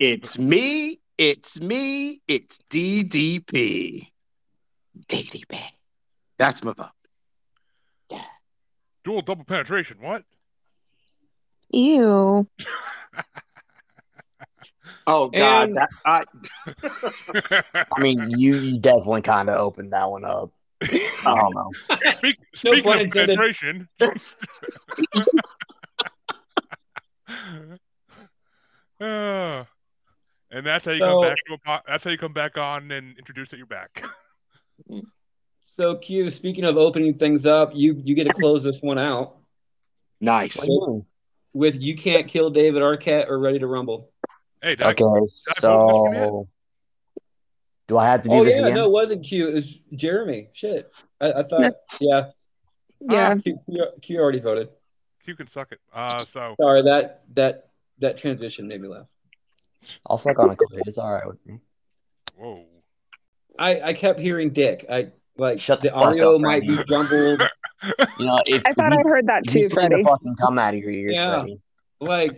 D: It's me. It's me. It's DDP. DDP. That's my vote.
E: dual double penetration. What?
F: Ew.
D: Oh God.
C: And-
D: that- I-
G: I mean, you, you definitely kind of opened that one up. I don't know.
E: Speak,
C: No
E: speaking
C: pun
E: of
C: intended.
E: penetration. Uh, and that's how you
C: So-
E: come back. To a po- that's how you come back on and introduce that you're back.
C: So Q, speaking of opening things up, you you get to close this one out
D: nice.
C: with you can't kill David Arquette or Ready to Rumble.
E: Hey, did I-
G: Okay,
E: I vote this
G: so do I have to do
C: Oh
G: this
C: yeah,
G: again?
C: no, it wasn't Q. It was Jeremy. Shit, I, I thought.
F: No.
C: Yeah,
F: Yeah.
C: Q, Q, Q already voted.
E: you can suck it. Uh, so
C: Sorry, that that that transition made me laugh.
G: I'll suck on a clit. It's all right with me.
E: whoa.
C: I, I kept hearing dick. I like
G: Shut
C: the
G: the fuck
C: audio
G: up,
C: might be
G: Randy.
C: jumbled.
G: You know, if
F: I thought
G: you,
F: I heard that
G: if
F: too,
G: you plan to
F: Freddie.
G: fucking come out of your ears,
C: Yeah.
G: Freddie.
C: like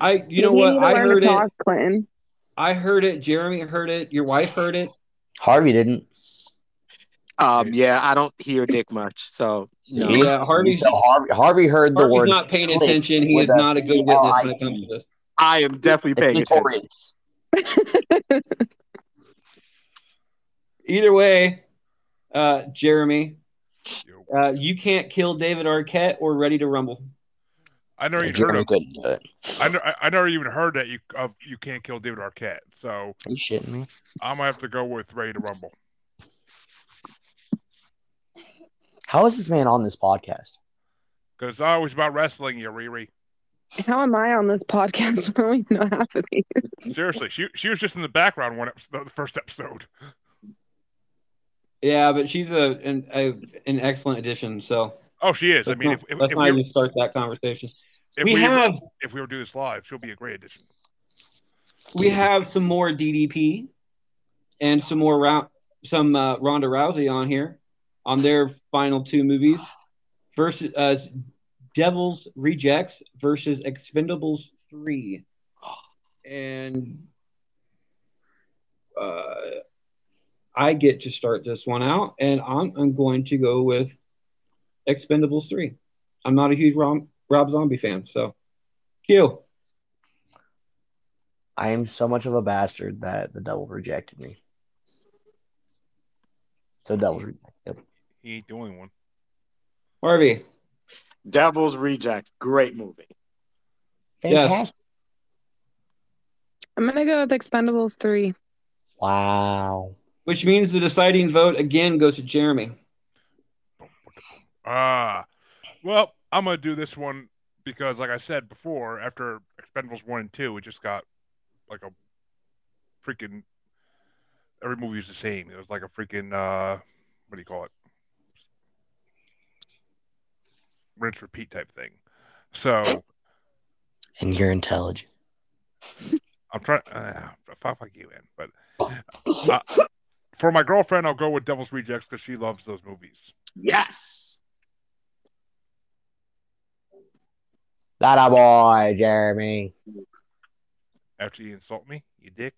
C: I you
F: Maybe
C: know what?
F: need to
C: I
F: learn to
C: heard it.
F: talk, Clinton.
C: I heard it. Jeremy heard it. Your wife heard it.
G: Harvey didn't.
D: Um, yeah, I don't hear dick much, so
G: See?
D: no.
C: Yeah,
G: See,
C: Harvey's-
G: so Harvey, Harvey heard the
C: Harvey's
G: word.
C: not paying
G: click
C: attention. He is
G: with a
C: not a good witness when it comes
G: C-L-I-T.
C: to this.
D: I am definitely paying
G: It's
D: attention.
G: notorious.
C: Either way, uh, Jeremy,
E: Yo.
C: uh, you can't kill David Arquette or Ready to Rumble.
E: I never even heard
G: Jeremy
E: of.
G: couldn't do it.
E: I, ne- I- I never even heard that you of you can't kill David Arquette. So
G: Are you shitting me?
E: I'm gonna have to go with Ready to Rumble.
G: How is this man on this podcast?
E: Because it's always about wrestling, you Riri.
F: How am I on this podcast? I don't even know half of these.
E: Seriously, she she was just in the background one episode, the first episode.
C: Yeah, but she's a an, a, an excellent addition. So
E: Oh, she is. I
C: let's
E: mean,
C: not,
E: if, if,
C: let's
E: if,
C: not
E: we,
C: even start that conversation.
E: if
C: we
E: we
C: have
E: if we were to do this live, she'll be a great addition.
C: we have some more DDP and some more round some uh, Ronda Rousey on here on their final two movies versus uh, Devil's Rejects versus Expendables three, and uh, I get to start this one out, and I'm I'm going to go with Expendables three. I'm not a huge Rob, Rob Zombie fan, so Q.
G: I am so much of a bastard that the devil rejected me. So devil's rejected.
E: He ain't the only one.
C: Harvey,
D: Devil's Rejects, great movie.
C: Yes.
G: Fantastic.
F: I'm gonna go with Expendables three.
G: Wow.
C: which means the deciding vote again goes to Jeremy.
E: Ah, well, I'm gonna do this one because, like I said before, after Expendables one and two, it just got like a freaking every movie was the same. It was like a freaking uh, what do you call it? Rinse repeat type thing. So
G: And you're intelligent.
E: I'm trying. Uh, fuck, fuck you, man. But uh, for my girlfriend, I'll go with Devil's Rejects because she loves those movies.
D: Yes.
G: That a boy, Jeremy.
E: After you insult me, you dick.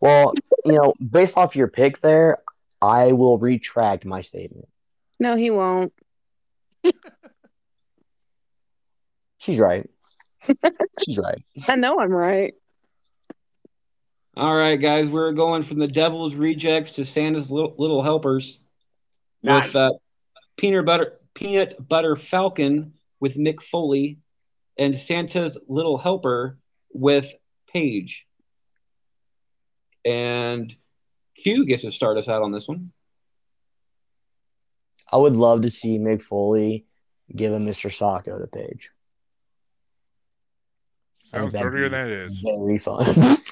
G: Well, you know, based off your pick there, I will retract my statement.
F: No, he won't.
G: She's right. She's right.
F: I know I'm right.
C: All right, guys, we're going from the Devil's Rejects to Santa's Little, little Helpers
D: Nice.
C: with uh, peanut butter peanut butter Falcon with Mick Foley, and Santa's Little Helper with Paige. And Q gets to start us out on this one.
G: I would love to see Mick Foley give a Mr. Sacco to Paige. I think
E: Sounds
G: that'd be
E: dirtier than it is.
G: Very fun.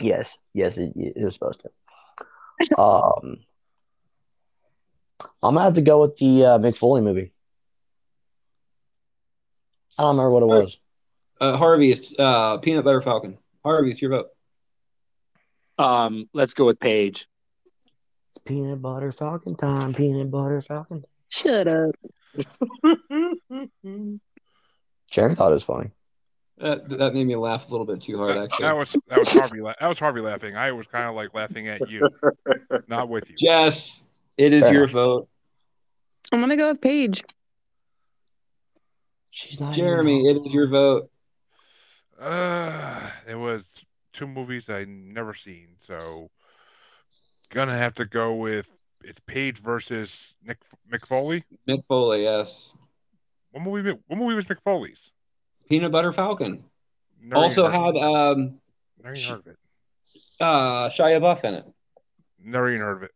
G: yes, yes, it, it was supposed to. Um, I'm gonna have to go with the uh, Mick Foley movie. I don't remember what it was.
C: Uh, Harvey, it's uh, peanut butter Falcon. Harvey, it's your vote.
D: Um, let's go with Paige.
G: It's peanut butter falcon time. Peanut butter falcon.
F: Shut up.
G: Jeremy thought it was funny.
C: That, that made me laugh a little bit too hard,
E: That,
C: actually.
E: that was that was Harvey. La- that was Harvey laughing. I was kind of like laughing at you, not with you.
C: Jess, it is
G: Fair
C: your
G: enough.
C: vote.
F: I'm gonna go with Paige.
G: She's not. even
C: Jeremy, it
G: on.
C: is your vote.
E: Uh, it was two movies I never seen, so gonna have to go with it's Page versus Nick McFoley.
C: Mick Foley, yes.
E: What movie? What movie was McFoley's?
C: Peanut Butter Falcon. also had um,
E: never even heard of it.
C: uh, Shia Buff in it.
E: Never even heard of it.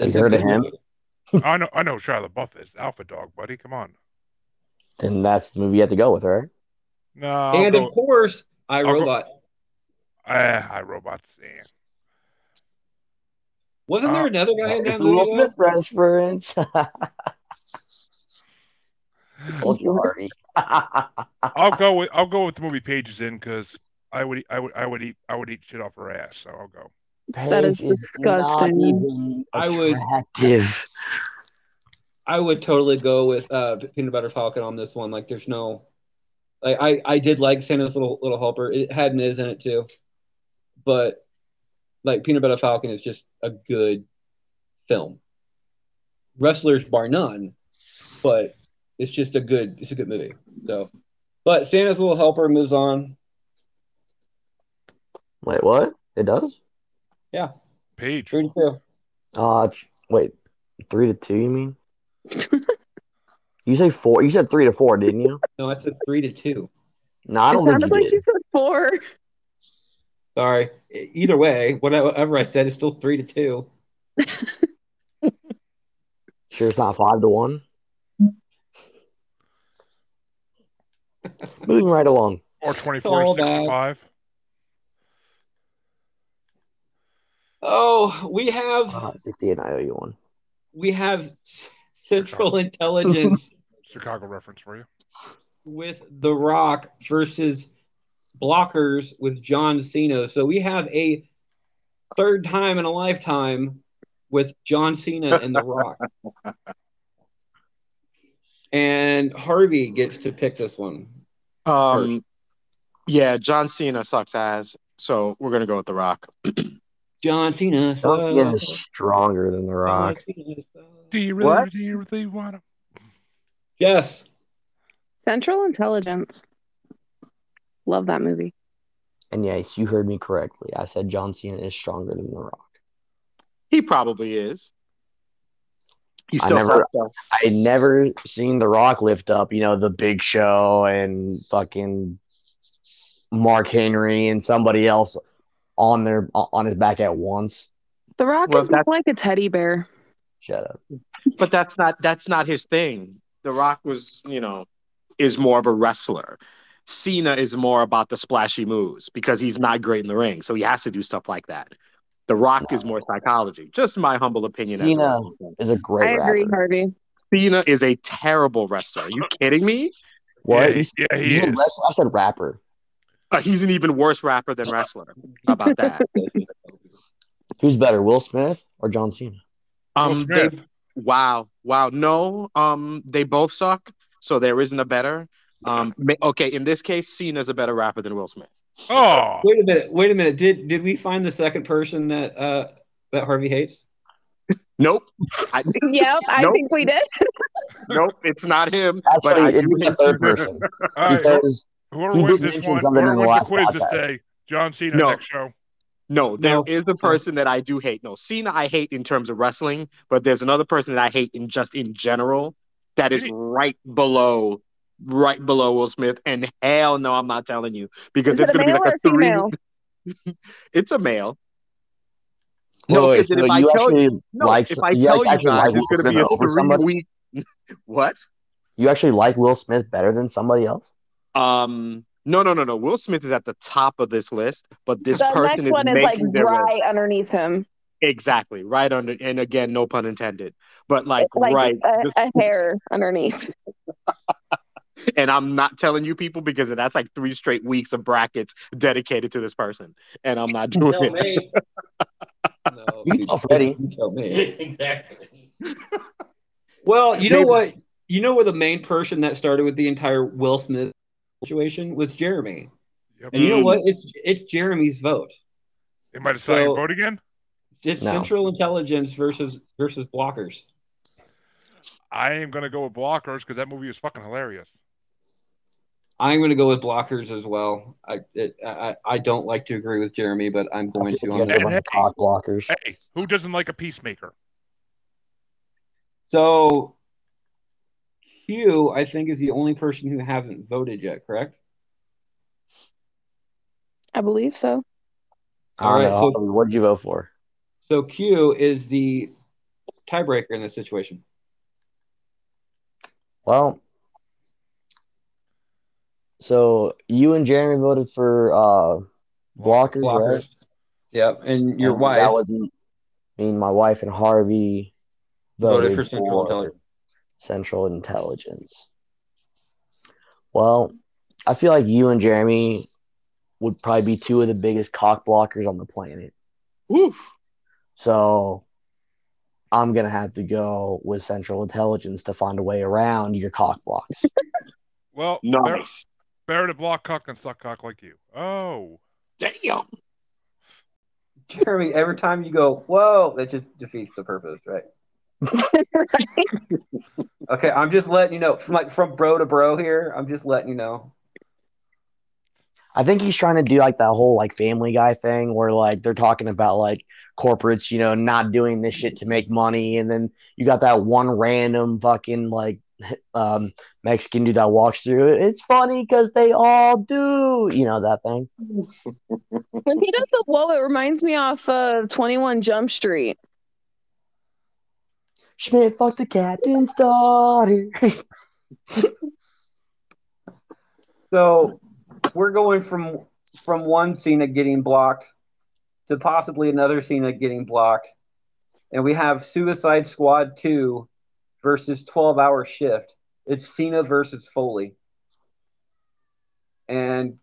G: You
C: It's a
G: heard of
C: good
G: him?
C: movie.
E: I know, I know. who Shia LaBeouf is Alpha Dog, buddy. Come on.
G: Then that's the movie you have to go with, right?
E: No, I'll
C: And
E: go,
C: of course, I
E: go-
C: Robot.
E: Ah, hi, robots. Eh.
C: Wasn't there
E: Uh,
C: another guy in
G: It's
C: that
G: the Will
C: movie? though?
G: Smith reference. Told you, Harvey.
C: Oh,
E: I'll go with I'll go with the movie Pages in because I would, I would, I would eat, I would eat shit off her ass. So I'll go.
M: That is
G: Paige not
M: disgusting.
G: even
C: I would-
G: attractive.
C: I would totally go with uh, Peanut Butter Falcon on this one. Like, there's no, like, I I did like Santa's Little Little Helper. It had Miz in it too, but like Peanut Butter Falcon is just a good film. Wrestlers bar none, but it's just a good it's a good movie. So, but Santa's Little Helper moves on.
G: Wait, what? It does?
E: Paige,
C: Three to two.
G: Uh, it's- wait, three to two? You mean? you say four? You said three to four, didn't you?
C: No, I said three to two.
G: No, I
F: It
G: don't think you
F: sounded like
G: did.
F: you said four.
C: Sorry. E- Either way, whatever I said, it's still three to two.
G: Sure, it's not five to one. Moving right along.
E: or twenty-four to
C: all bad.
E: sixty-five.
C: Oh, we have
G: Uh, 68, I owe you one.
C: we have Central Intelligence
E: Chicago reference for you.
C: with The Rock versus Blockers with John Cena. So we have a third time in a lifetime with John Cena and The Rock. and Harvey gets to pick this one.
D: Um, yeah, John Cena sucks ass, so we're gonna go with The Rock.
C: John Cena.
G: John
C: sucks.
G: Cena is stronger than The
C: John
G: Rock.
C: Cena sucks.
E: Do you really,
N: What?
E: do you really want to?
C: Yes.
F: Central Intelligence. Love that movie.
G: And yes, you heard me correctly. I said John Cena is stronger than The Rock.
D: He probably is. He
G: I
D: still
G: never-
D: sucks. though.
G: I never seen The Rock lift up, you know, the Big Show and fucking Mark Henry and somebody else on their on his back at once.
F: The Rock
D: Well,
F: is more
D: that's-
F: like a teddy bear.
G: Shut up.
D: But that's not that's not his thing. The Rock was, you know, is more of a wrestler. Cena is more about the splashy moves because he's not great in the ring, so he has to do stuff like that. The Rock is more psychology. Just my humble opinion.
G: Cena.
D: As a wrestling fan.
G: Is a great
F: I agree,
G: rapper.
F: Harvey.
D: Cena is a terrible wrestler. Are you kidding me?
G: What?
E: Yeah,
G: You-
E: yeah, he
G: you said
E: is.
G: wrestler? I said rapper.
D: Uh, he's an even worse rapper than wrestler. How about that?
G: Who's better, Will Smith or John Cena?
E: Will
D: Um, they-
E: Smith.
D: wow, wow. No, um, they both suck, so there isn't a better. Um, ma- okay, in this case, Cena's a better rapper than Will Smith.
E: Oh,
C: Wait a minute. Wait a minute. Did did we find the second person that uh that Harvey hates?
D: Nope, I,
F: Yep, I
D: Nope.
F: think we did.
D: nope, it's not him. but
G: Actually,
D: I
G: it
D: do
G: was the
D: hate
G: third
D: Cena.
G: person
E: all right. who-
G: because
E: Whoever
G: he
E: wins
G: did
E: this
G: mention
E: one,
G: something in
E: whoever
G: the
E: wins the
G: last
E: quiz this
G: podcast.
E: day, John Cena
D: No.
E: next show.
D: No, there
C: No.
D: is a person that I do hate. No, Cena I hate in terms of wrestling, but there's another person that I hate in just in general that is
E: Really?
D: right below, right below Will Smith. And hell no, I'm not telling you because
F: Is
D: it's
F: it a
D: going to be
F: male
D: like
F: or
D: a
F: a
D: three.
F: female?
D: It's a male.
G: Wait,
D: No,
G: wait,
D: because
G: so
D: if I
G: you
D: tell
G: actually
D: you, no,
G: like
D: if I
G: you
D: tell you
G: actually
D: guys,
G: like Will
D: it's going to
G: Smith
D: be a
G: over
D: three
G: somebody?
D: week. What?
G: You actually like Will Smith better than somebody else?
D: Um, no, no, no, no. Will Smith is at the top of this list, but this
F: the
D: person
F: next
D: is
F: one is like
D: making their way.
F: right underneath him,
D: Exactly, right under, and again, no pun intended, but like
F: like
D: right,
F: a,
D: just
F: a hair underneath.
D: and I'm not telling you people because that's like three straight weeks of brackets dedicated to this person, and I'm not doing
H: Tell
D: it.
H: me.
C: No.
G: You tell Freddie.
C: You tell me.
H: exactly.
C: Well, you know
D: Maybe-
C: what? You know where the main person that started with the entire Will Smith situation was Jeremy.
E: Yep.
C: And you know
D: Mm.
C: what? It's it's Jeremy's vote.
E: Am I deciding
C: So-
E: vote again?
C: It's
G: No.
C: Central Intelligence versus versus Blockers.
E: I am gonna go with Blockers because that movie is fucking hilarious.
C: I'm going to go with Blockers as well. I it, I I don't like to agree with Jeremy, but I'm
G: I
C: going to
G: feel like
C: on
G: you
C: this
G: guys are a
C: one.
G: bunch of
E: Hey.
G: cock blockers.
E: Hey, who doesn't like a peacemaker?
C: So Q, I think, is the only person who hasn't voted yet. Correct.
F: I believe so.
G: All
C: All
G: right,
C: right, so-
G: what'd you vote for?
C: So Q is the tiebreaker in this situation.
G: Well, so you and Jeremy voted for uh, blockers, right?
C: Blockers. Yep, and your
G: And
C: wife
G: That was me, me and my wife and Harvey
C: voted for Central Intelligence.
G: Central Intelligence. Well, I feel like you and Jeremy would probably be two of the biggest cock blockers on the planet.
D: Woof.
G: So I'm gonna have to go with Central Intelligence to find a way around your cock blocks.
E: Well, better,
D: Nice.
E: better to block cock than suck cock like you. Oh,
D: Damn.
C: Jeremy, every time you go, whoa, that just defeats the purpose, right? Okay, I'm just letting you know, from like from bro to bro here. I'm just letting you know.
G: I think he's trying to do like that whole like Family Guy thing where like they're talking about like corporates, you know, not doing this shit to make money, and then you got that one random fucking like um, Mexican dude that walks through. It's funny because they all do, you know, that thing.
F: When he does the whoa, it reminds me off of 21 Jump Street.
G: Schmidt fucked the captain's daughter.
C: So we're going from from one scene of getting blocked to possibly another scene of getting blocked, and we have Suicide Squad two versus Twelve Hour Shift. It's Cena versus Foley, and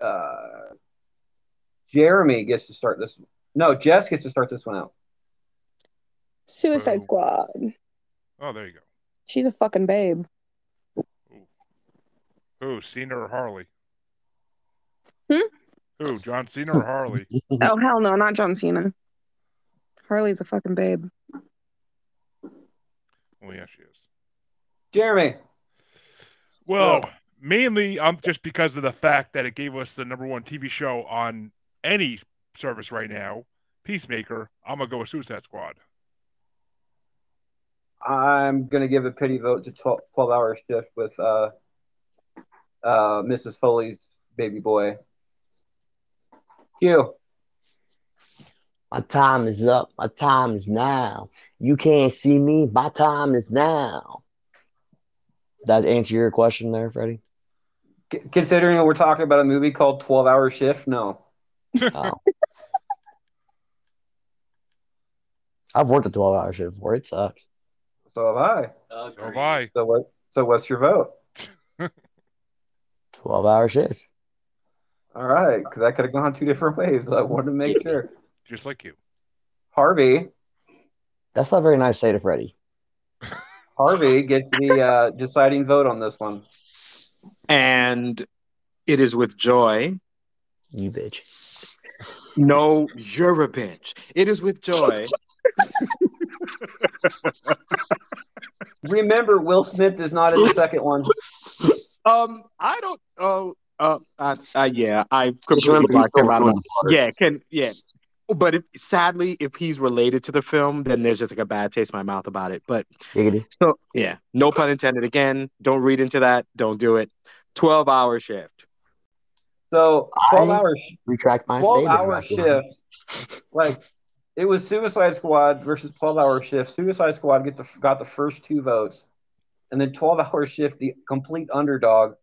C: uh, Jeremy gets to start this. No, Jess gets to start this one out.
F: Suicide
D: Mm.
E: Whoa.
F: Squad.
E: oh, there you
F: She's a fucking babe.
E: go. Who, Cena or Harley?
F: Hmm?
E: Who, John Cena or Harley?
F: Oh hell no, not John Cena. Harley's a fucking babe.
E: Oh, yeah, she is.
C: Jeremy,
E: Well, mainly um, just because of the fact that it gave us the number one TV show on any service right now, Peacemaker. I'm gonna go with Suicide Squad.
C: I'm going to give a pity vote to 12, 12 hour shift with uh, uh, Mrs. Foley's baby boy. Q.
G: My time is up. My time is now. You can't see me. My time is now. That answer your question there, Freddie?
C: C- considering that we're talking about a movie called 12 Hour Shift, no.
G: Oh. I've worked a 12 hour shift before. It sucks.
C: So have I.
H: Uh,
E: So bye.
C: So what? So what's your vote?
G: 12 hour shift.
C: All right, because that could have gone two different ways. I wanted to make sure.
E: Just like you.
C: Harvey,
G: That's not very nice to say to Freddie.
C: Harvey gets the uh, deciding vote on this one.
D: And it is with joy.
G: You bitch.
D: No, you're a bitch. It is with joy.
C: Remember, Will Smith is not in the second one.
D: Um, I don't. Oh, uh, uh, uh yeah, I
G: Just
D: completely
G: remember he's
D: blacked him
G: still
D: out. of my-
G: Colin Potter.
D: Yeah, can yeah. But if, sadly, if he's related to the film, then there's just like a bad taste in my mouth about it. But
G: Giggity.
D: so yeah, no pun intended. Again, don't read into that. Don't do it. Twelve hour shift.
C: So 12 hour
G: Retract my
C: 12
G: statement.
C: hour
G: about that.
C: shift. Like it was Suicide Squad versus 12 hour shift. Suicide Squad get the got the first two votes. And then 12 hour shift, the complete underdog,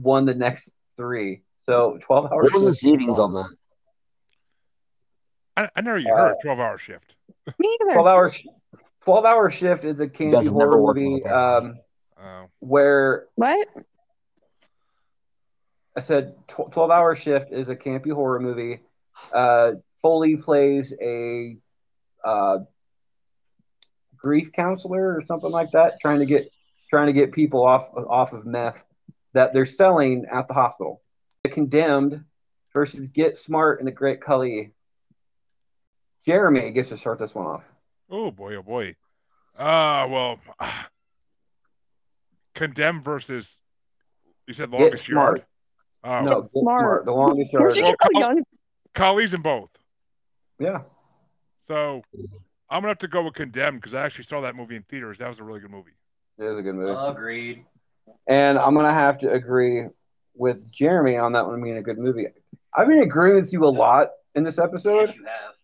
C: won the next three. So 12 hour
G: What was the
C: shift.
G: seedings on that?
E: I, I never even heard of
C: Uh,
E: 12 hour shift.
F: Me either.
C: 12 hour sh- 12 hour shift is a
G: guys
C: candy
G: have never
C: horror
G: worked on
C: movie
G: a podcast.
C: um,
E: Oh,
C: where
F: What?
C: I said tw- 12 Hour Shift is a campy horror movie. Uh, Foley plays a uh, grief counselor or something like that, trying to get trying to get people off off of meth that they're selling at the hospital. The Condemned versus Get Smart and the Great Cully. Jeremy gets to start this one off.
E: oh boy, oh boy. Ah, well, condemn versus you said
C: Get
E: longest
C: Smart.
E: yard. Oh,
C: no, Get Smart.
F: Smart.
C: the longest yard.
F: Where'd you get so
G: oh,
F: young?
E: Kali's in both.
C: Yeah,
E: So I'm gonna have to go with condemn because I actually saw that movie in theaters. That was a really good movie.
C: it is a good movie.
H: Agreed.
C: And I'm gonna have to agree with Jeremy on that one being a good movie. I've been agreeing with you a lot in this episode,
H: Yes, you have.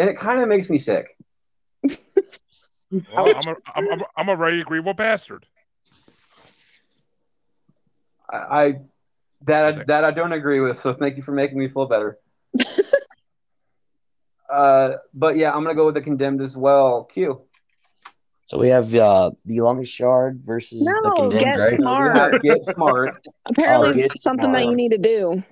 C: and it kind of makes me sick.
E: Well, I'm a, I'm, I'm, a, I'm a very agreeable bastard.
C: I, I that I, that I don't agree with. So thank you for making me feel better. uh, but yeah, I'm gonna go with the condemned as well. Q.
G: So we have uh, the longest yard versus the
F: No,
G: condemned,
F: get
G: right?
C: So we
F: smart.
C: have Get smart.
F: Apparently,
G: Oh,
F: it's
G: get
F: something that you
G: smart.
F: need to do.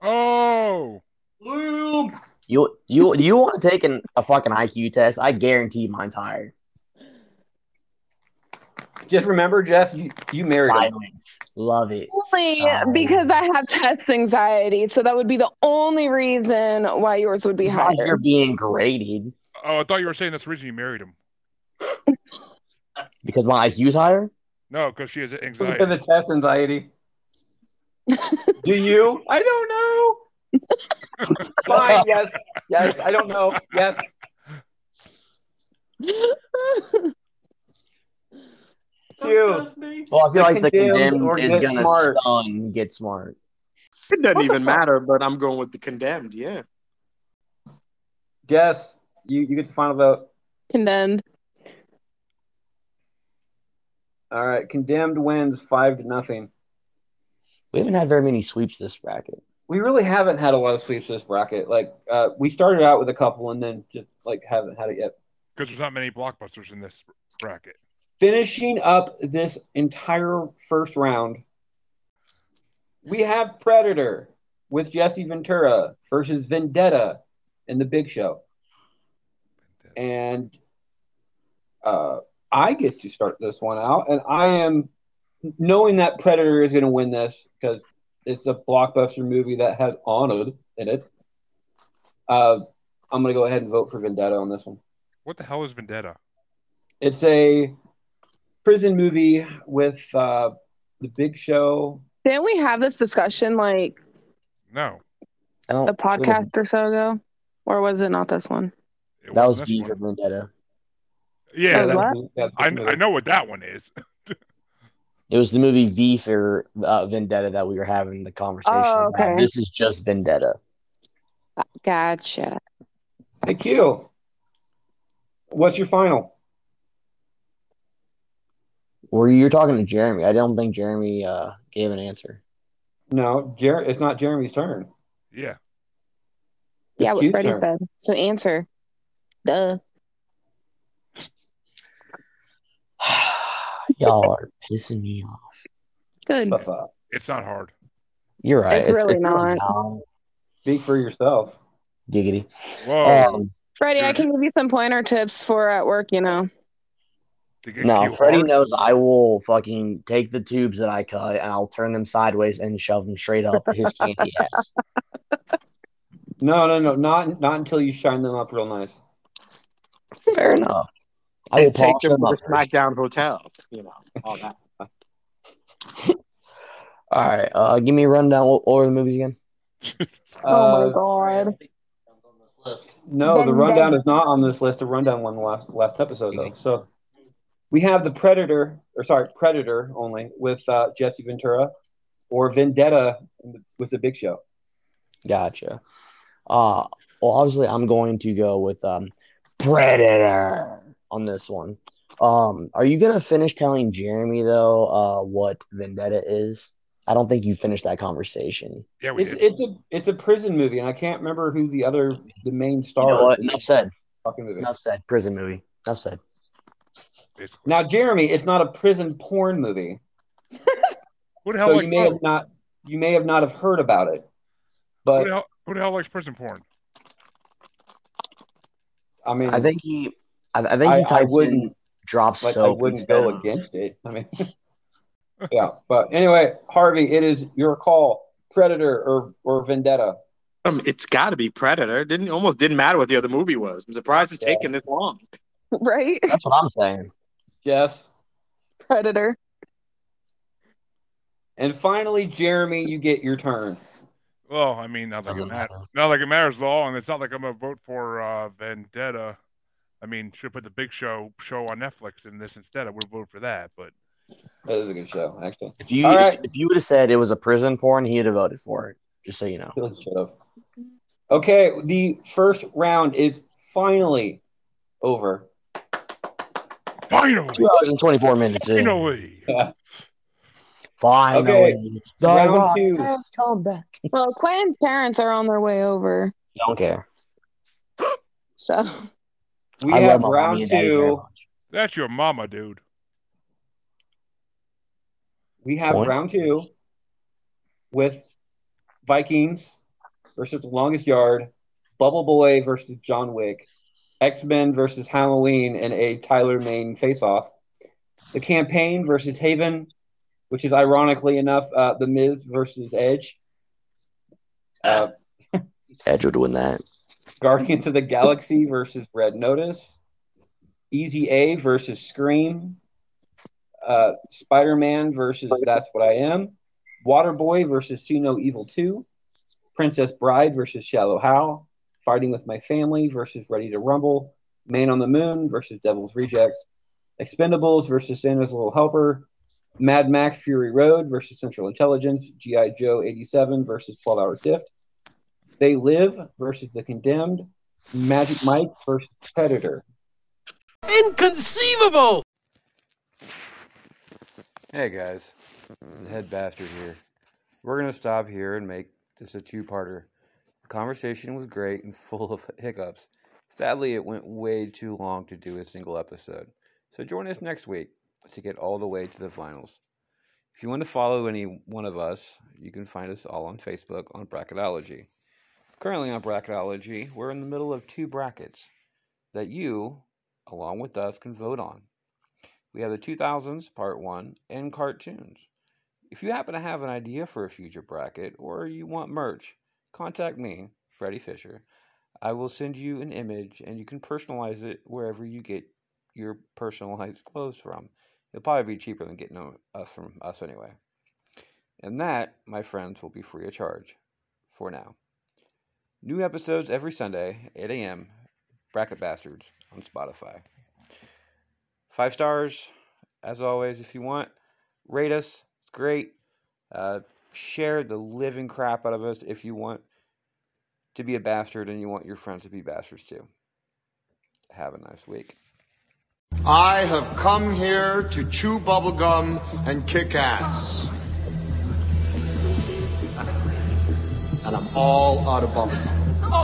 E: Oh,
H: Boom.
G: You you you want to take an, a fucking IQ test? I guarantee mine's higher.
C: Just remember, Jeff, you, you married him.
G: Silence. Love it.
F: Only because I have
G: Silence.
F: test anxiety, so that would be the only reason why yours would be
G: It's not like You're
F: higher.
G: being graded
E: oh, I thought you were saying that's the reason you married him.
G: because my IQ's higher.
E: No, because she has
C: Because
E: anxiety.
C: of test anxiety. Do you? I don't know. Fine. Yes. Yes. I don't know. Yes.
H: Don't
C: Cute.
H: trust me.
G: Well, I feel
C: The
G: like the
C: condemned
G: condemned
C: or
G: is
C: get
G: gonna
C: smart.
G: stun get smart.
D: It doesn't
C: What the
D: even
C: fuck?
D: matter, but I'm going with the condemned. Yeah.
C: Jess, you, you get the final vote.
F: Condemned.
C: All right. Condemned wins five to nothing.
G: We haven't had very many sweeps this bracket.
C: We really haven't had a lot of sweeps this bracket. Like uh, we started out with a couple and then just like haven't had it yet.
E: Because there's not many blockbusters in this bracket.
C: Finishing up this entire first round, we have Predator with Jesse Ventura versus Vendetta in the Big Show, and uh, I get to start this one out, and I am knowing that Predator is going to win this because it's a blockbuster movie that has honored in it. Uh, I'm going to go ahead and vote for Vendetta on this one.
E: What the hell is Vendetta?
C: It's a prison movie with uh, the Big Show.
F: Didn't we have this discussion like
E: No,
G: I don't,
F: a podcast or so ago? Or was it not this one?
E: it
G: That was
E: wasn't
G: V
E: this
G: for
E: one.
G: Vendetta.
E: Yeah,
F: Oh,
C: that
F: what?
C: movie- that
E: I,
C: movie.
E: I know what that one is.
G: It was the movie V for uh, Vendetta that we were having the conversation
F: Oh,
G: about.
F: okay.
G: This is just Vendetta.
F: Gotcha.
C: Thank you. What's your final?
G: Were you talking to Jeremy? I don't think Jeremy uh, gave an answer.
C: No, Jer- it's not Jeremy's turn.
E: Yeah,
C: It's
F: yeah, what
C: Q's
F: Freddie
C: turn.
F: said. So answer. Duh.
G: Y'all are pissing me off.
F: Good.
C: Stuff up.
E: it's not hard.
G: You're right.
F: It's really not.
C: Speak for yourself.
G: Giggity.
E: Whoa,
G: Um,
F: Freddie, I
E: Good.
F: can give you some pointer tips for at work, you know.
E: to get
G: no,
E: cute
G: Freddie
E: hard?
G: knows I will fucking take the tubes that I cut and I'll turn them sideways and shove them straight up his candy ass.
C: No, no, no, not not until you shine them up real nice.
G: Fair enough. I will
D: and take
G: polish
D: them
G: them
D: to
G: up.
D: the
G: first.
D: SmackDown hotel. You know, all that.
G: All right. Uh, give me a rundown. What, what were the movies again?
F: oh
C: Uh,
F: my god.
H: I'm on this list.
C: No, the
F: Vendetta.
C: rundown is not on this list. The rundown won the last last episode though. So we have the Predator, or sorry, Predator only with uh, Jesse Ventura, or Vendetta in the, with the Big Show.
G: Gotcha. Uh, well, obviously, I'm going to go with um, Predator on this one. Um, are you gonna finish telling Jeremy though uh, what Vendetta is? I don't think you finished that conversation.
E: Yeah, we
C: It's
E: did.
C: it's a it's a prison movie, and I can't remember who the other the main
G: You
C: star
G: know what?
C: of the
G: Enough said.
C: fucking movie.
G: Enough said. Prison movie. Enough said.
E: basically.
C: Now, Jeremy, it's not a prison porn movie,
E: Who the hell
C: so
E: likes
C: you may have
E: porn?
C: not you may have not have heard about it,
E: Who
C: but
E: the, hell, who the hell likes prison porn?
C: I mean,
G: I think he. I, I think
C: Mm. I,
G: he
C: I
G: types in
C: wouldn't
G: drop
C: like I
G: soap.
C: wouldn't
G: instead
C: go
G: of-
C: against it. I mean, yeah, but anyway, Harvey, it is your call, Predator or or Vendetta.
D: Um, it's got to be Predator. It Didn't almost didn't matter what the other movie was. I'm surprised it's
G: Yeah.
D: taking this long.
F: Right?
G: That's what I'm saying.
C: Jess,
F: Predator.
C: and finally, Jeremy, you get your turn.
E: Well, I mean, not like it
G: Doesn't
E: matters.
G: matter.
E: Not like it matters at all, and it's not like I'm gonna vote for uh, Vendetta. I mean, should put the Big Show show on Netflix in this instead. I would have voted for that, but
C: That is a good show, actually.
G: If you
C: All right.
G: if, if you would have said it was a prison porn, he'd have voted for it. Just so you know.
C: Really should have. Okay, the first round is finally over.
E: finally,
G: Two hours and twenty four minutes in.
E: finally,
G: Finally,
C: Okay,
G: the
C: round
G: Rock
C: two.
G: has come back.
F: Well, Quentin's parents are on their way over.
G: Don't care.
F: So
C: We
G: I love
C: have
G: my mommy
C: round
G: and daddy very
C: two.
G: much.
E: that's your mama, dude.
C: We have
G: Point.
C: round two with Vikings
H: versus The Longest Yard, Bubble Boy versus John Wick, X Men versus Halloween, and a Tyler Main face off. The Campaign versus Haven, which is ironically enough uh, The Miz versus Edge. Uh,
G: Edge would win that.
H: Guardians of the Galaxy versus Red Notice, Easy A versus Scream, uh, Spider Man versus That's What I Am, Waterboy versus See No Evil 2, Princess Bride versus Shallow How, Fighting with My Family versus Ready to Rumble, Man on the Moon versus Devil's Rejects, Expendables versus Santa's Little Helper, Mad Max Fury Road versus Central Intelligence, G.I. Joe 87 versus 12 Hour Shift, They Live versus The Condemned, Magic Mike versus Predator.
A: Inconceivable!
C: Hey guys, the head bastard here. We're gonna stop here and make this a two-parter. The conversation was great and full of hiccups. Sadly, it went way too long to do a single episode. So join us next week to get all the way to the finals. If you want to follow any one of us, you can find us all on Facebook on Bracketology. Currently on Bracketology, we're in the middle of two brackets that you, along with us, can vote on. We have the 2000s, Part 1, and cartoons. If you happen to have an idea for a future bracket or you want merch, contact me, Freddie Fisher. I will send you an image and you can personalize it wherever you get your personalized clothes from. It'll probably be cheaper than getting them- us from us anyway. And that, my friends, will be free of charge for now. New episodes every Sunday, 8 a.m. Bracket Bastards on Spotify. Five stars, as always, if you want. Rate us, it's great. Uh, share the living crap out of us if you want to be a bastard and you want your friends to be bastards too. Have a nice week.
A: I have come here to chew bubblegum and kick ass. And I'm all out of bubblegum.